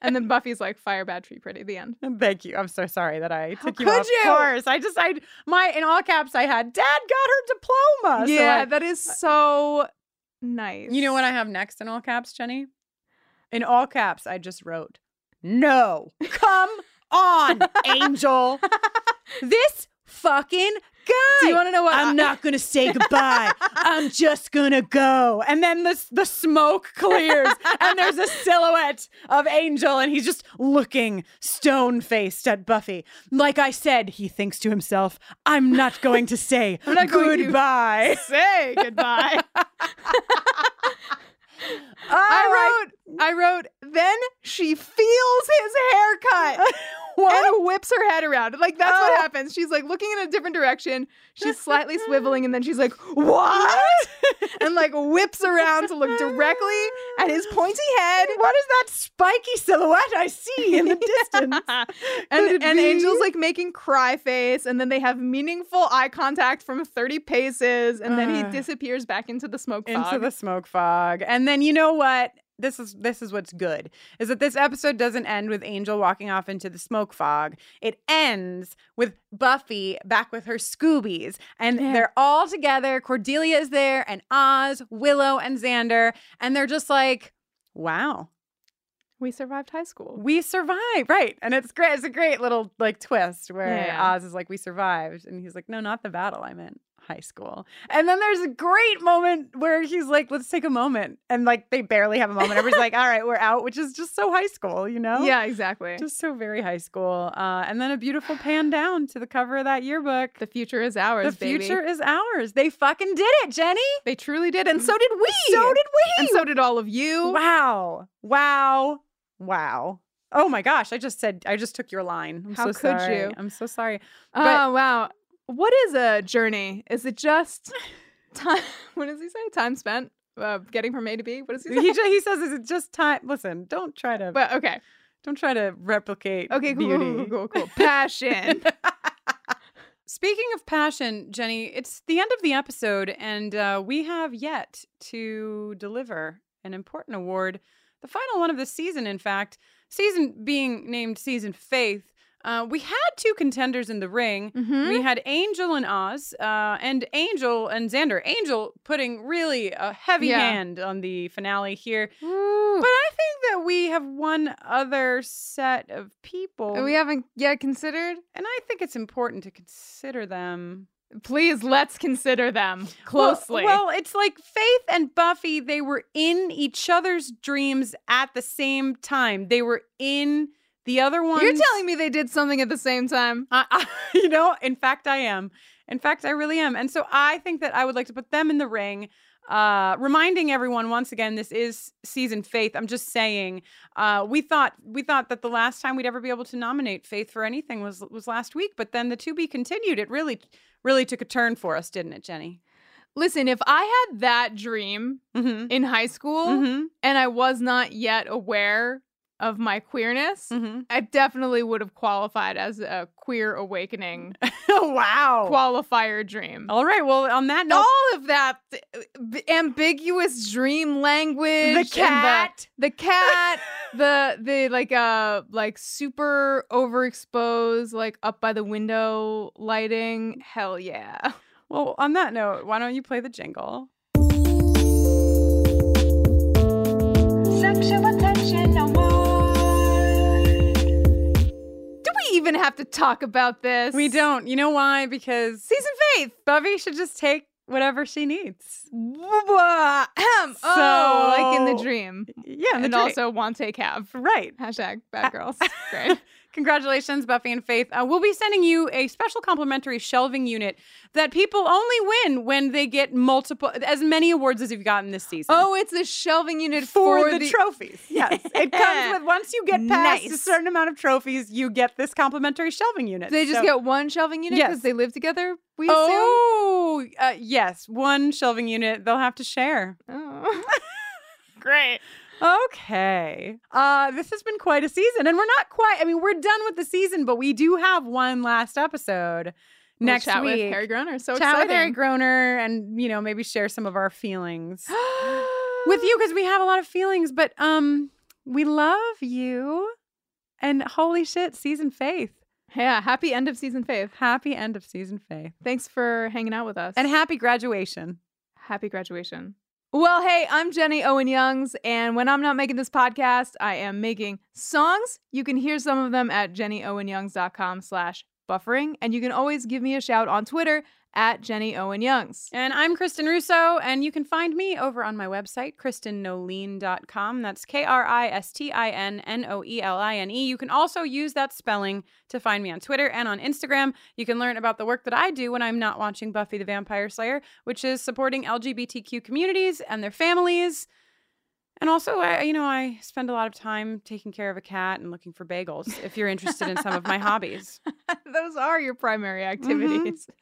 Speaker 1: and then Buffy's like fire bad tree pretty. The end.
Speaker 2: Thank you. I'm so sorry that I took you
Speaker 1: could
Speaker 2: off
Speaker 1: you?
Speaker 2: course. I just I my in all caps I had Dad got her diploma. So
Speaker 1: yeah,
Speaker 2: I-
Speaker 1: that is so nice.
Speaker 2: you know what I have next in all caps, Jenny? In all caps, I just wrote, "No, come on, Angel, this fucking guy."
Speaker 1: Do you want to know what I-
Speaker 2: I'm not gonna say goodbye. I'm just gonna go. And then the the smoke clears, and there's a silhouette of Angel, and he's just looking stone faced at Buffy. Like I said, he thinks to himself, "I'm not going to say
Speaker 1: not going to
Speaker 2: goodbye."
Speaker 1: say goodbye?
Speaker 2: Oh,
Speaker 1: I wrote, I wrote, then she feels his haircut. and whips her head around. Like that's
Speaker 2: Oh.
Speaker 1: what happens. She's like looking in a different direction. She's slightly swiveling, and then she's like, "What?" and like whips around to look directly at his pointy head.
Speaker 6: What is that spiky silhouette I see in the distance?
Speaker 1: and and Angel's like making cry face, and then they have meaningful eye contact from thirty paces, and then he disappears back into the smoke fog.
Speaker 2: into the smoke fog. And then you know what? This is this is what's good is that this episode doesn't end with Angel walking off into the smoke fog. It ends with Buffy back with her Scoobies, and they're all together. Cordelia is there, and Oz, Willow, and Xander, and they're just like, "Wow,
Speaker 1: we survived high school.
Speaker 2: we survived!" Right? And it's great. It's a great little like twist where
Speaker 1: Yeah.
Speaker 2: Oz is like, "We survived," and he's like, "No, not the battle. I meant high school. And then there's a great moment where he's like, let's take a moment. And like they barely have a moment. Everybody's like, all right, we're out, which is just so high school, you know?
Speaker 1: Yeah, exactly.
Speaker 2: Just so very high school. Uh, and then a beautiful pan down to the cover of that yearbook.
Speaker 1: The future is ours,
Speaker 2: The
Speaker 1: baby.
Speaker 2: future is ours. They fucking did it, Jenny.
Speaker 1: They truly did, and so did we.
Speaker 2: So did we.
Speaker 1: and so did all of you.
Speaker 2: Wow. Wow. Wow. Oh my gosh. I just said, I just took your line. I'm
Speaker 1: How
Speaker 2: so
Speaker 1: could
Speaker 2: sorry.
Speaker 1: you?
Speaker 2: I'm so sorry.
Speaker 1: oh wow! What is a journey? Is it just time? What does he say? Time spent uh, getting from A to B. What does he say?
Speaker 2: he, ju- he says, is it just time? Listen, don't try to.
Speaker 1: but okay,
Speaker 2: Don't try to replicate
Speaker 1: okay, cool, cool,
Speaker 2: beauty.
Speaker 1: cool, cool, cool. Passion.
Speaker 2: Speaking of passion, Jenny, it's the end of the episode, and uh, we have yet to deliver an important award, the final one of the season, in fact. Season being named Season Faith. Uh, we had two contenders in the ring.
Speaker 1: Mhm.
Speaker 2: We had Angel and Oz, uh, and Angel and Xander. Angel putting really a heavy
Speaker 1: Yeah.
Speaker 2: hand on the finale here. But I think that we have one other set of people.
Speaker 1: we haven't yet considered.
Speaker 2: And I think it's important to consider them
Speaker 1: Please let's consider them
Speaker 2: Well-
Speaker 1: closely.
Speaker 2: Well, it's like Faith and Buffy, they were in each other's dreams at the same time. They were in the other one.
Speaker 1: you're telling me they did something at the same time.
Speaker 2: I, I, you know, in fact, I am. In fact, I really am. And so I think that I would like to put them in the ring. Uh, reminding everyone once again, this is season Faith. I'm just saying, uh, we thought we thought that the last time we'd ever be able to nominate Faith for anything was was last week, but then the to be continued. It really, really took a turn for us, didn't it, Jenny?
Speaker 1: Listen, if I had that dream
Speaker 2: Mm-hmm.
Speaker 1: in high school
Speaker 2: Mm-hmm.
Speaker 1: and I was not yet aware of my queerness,
Speaker 2: Mm-hmm.
Speaker 1: I definitely would have qualified as a queer awakening
Speaker 2: Oh wow!
Speaker 1: qualifier dream.
Speaker 2: All right. Well, on that note,
Speaker 1: All of that uh, b- ambiguous dream language, and the, cat, the the like uh like super overexposed, like up by the window lighting. Hell yeah!
Speaker 2: Well, on that note, why don't you play the jingle?
Speaker 11: Sexual attention award.
Speaker 1: Do we even have to talk about this?
Speaker 2: We don't. You know why? Because season faith. Buffy should just take whatever she needs.
Speaker 1: Wha- ahem. oh, like in the
Speaker 2: So-
Speaker 1: dream,
Speaker 2: Yeah,
Speaker 1: and also want take have
Speaker 2: right.
Speaker 1: hashtag bad girls. Great.
Speaker 2: Congratulations, Buffy and Faith. Uh, we'll be sending you a special complimentary shelving unit that people only win when they get multiple, as many awards as you've gotten this season.
Speaker 1: Oh, it's a shelving unit
Speaker 2: for,
Speaker 1: for,
Speaker 2: the, trophies. Yes, it comes with once you get past a
Speaker 1: Nice.
Speaker 2: certain amount of trophies, you get this complimentary shelving unit.
Speaker 1: They just
Speaker 2: So-
Speaker 1: get one shelving unit because
Speaker 2: Yes.
Speaker 1: they live together. We
Speaker 2: oh uh, yes, one shelving unit. They'll have to share.
Speaker 1: assume. Oh.
Speaker 2: Great. Okay. Uh, this has been quite a season, and we're not quite. I mean, we're done with the season, but we do have one last episode
Speaker 1: We'll
Speaker 2: next
Speaker 1: chat
Speaker 2: week.
Speaker 1: with Harry Groner. So
Speaker 2: chat
Speaker 1: exciting.
Speaker 2: with Harry Groner, and you know, maybe share some of our feelings with you because we have a lot of feelings. But um, we love you, and holy shit, season faith.
Speaker 1: yeah, happy end of season faith.
Speaker 2: Happy end of season faith,
Speaker 1: Thanks for hanging out with us.
Speaker 2: and happy graduation.
Speaker 1: happy graduation. Well, hey, I'm Jenny Owen Youngs, and when I'm not making this podcast, I am making songs. You can hear some of them at jennyowenyoungs.com slash buffering, and you can always give me a shout on Twitter at Jenny Owen Youngs.
Speaker 2: And I'm Kristen Russo, and you can find me over on my website, kristennoline.com. That's K R I S T I N N O E L I N E. You can also use that spelling to find me on Twitter and on Instagram. You can learn about the work that I do when I'm not watching Buffy the Vampire Slayer, which is supporting LGBTQ communities and their families And also, I, you know, I spend a lot of time taking care of a cat and looking for bagels. If you're interested in some of my hobbies,
Speaker 12: Those are your primary activities.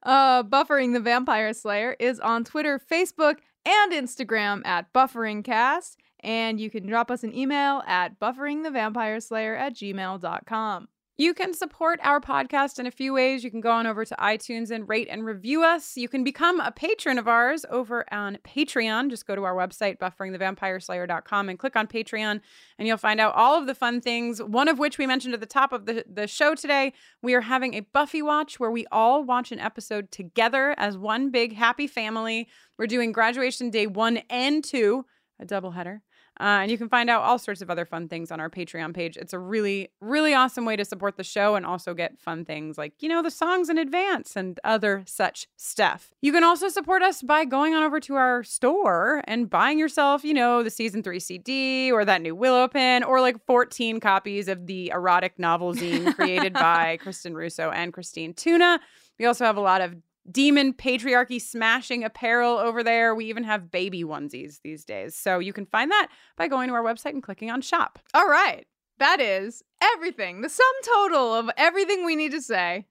Speaker 12: Uh, Buffering the Vampire Slayer is on Twitter, Facebook, and Instagram at BufferingCast. And you can drop us an email at bufferingthevampireslayer at gmail.com.
Speaker 2: you can support our podcast in a few ways. You can go on over to iTunes and rate and review us. You can become a patron of ours over on Patreon. Just go to our website, bufferingthevampireslayer.com, and click on Patreon, and you'll find out all of the fun things. One of which we mentioned at the top of the, the show today. We are having a Buffy watch where we all watch an episode together as one big happy family. We're doing graduation day one and two, a doubleheader. Uh, and you can find out all sorts of other fun things on our Patreon page. It's a really, really awesome way to support the show and also get fun things like, you know, the songs in advance and other such stuff. You can also support us by going on over to our store and buying yourself, you know, the season three CD or that new Willow pin or like 14 copies of the erotic novel zine created by Kristen Russo and Christine Tuna. We also have a lot of demon patriarchy smashing apparel over there. We even have baby onesies these days. So you can find that by going to our website and clicking on shop.
Speaker 12: All right. That is everything, the sum total of everything we need to say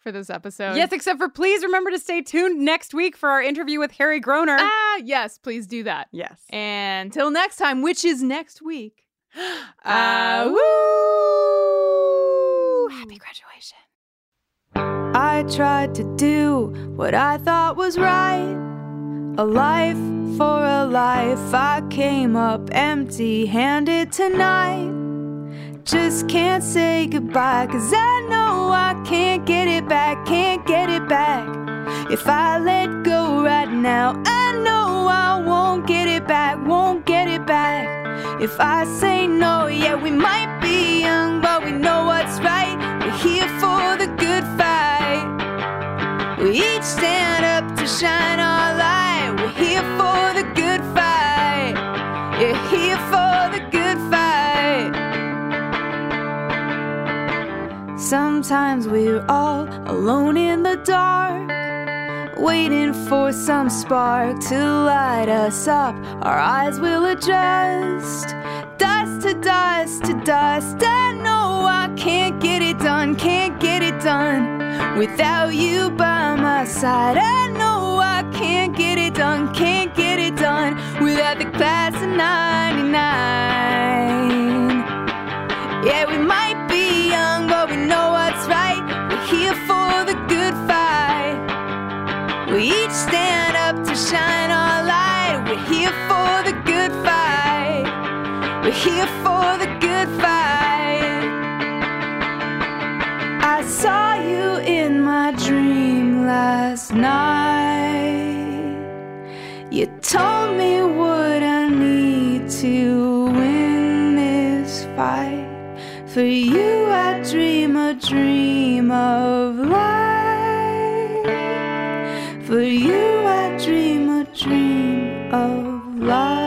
Speaker 12: for this
Speaker 1: Oh,
Speaker 12: episode.
Speaker 2: Yes, except for please remember to stay tuned next week for our interview with Harry Groner.
Speaker 12: Ah, yes, please do that.
Speaker 2: Yes.
Speaker 12: And till next time, which is next week.
Speaker 1: Uh,
Speaker 2: Ah, woo! Happy graduation.
Speaker 1: I tried to do what I thought was right. A life for a life. I came up empty handed tonight. Just can't say goodbye, cause I know I can't get it back, can't get it back. If I let go right now, I know I won't get it back, won't get it back. If I say no, yeah, we might be young, but we know what's right. We're here for the good fight. We each stand up to shine our light. We're here for the good fight. You're here for the good fight. Sometimes we're all alone in the dark, waiting for some spark to light us up. Our eyes will adjust. Dust to dust to dust. I know I can't get it done, can't get it done without you by my side. I know I can't get it done, can't get it done without the class of 99. Yeah, we might be young, but we know what's right. We're here for the good fight. We each stand up to shine our light. We're here for the good fight. We're here for the good fight. I saw you in my dream last night. You told me what I need to win this fight. For you, I dream a dream of light. For you, I dream a dream of life.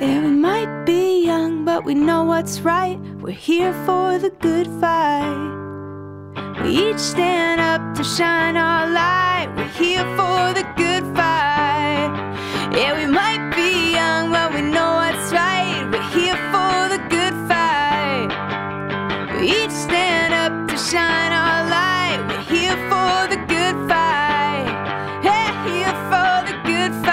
Speaker 1: Yeah, we might be young, but we know what's right. We're here for the good fight. We each stand up to shine our light. We're here for the good fight. Yeah, we might be young, but we know what's right. We're here for the good fight. We each stand up to shine our light. We're here for the good fight. Yeah, here for the good fight.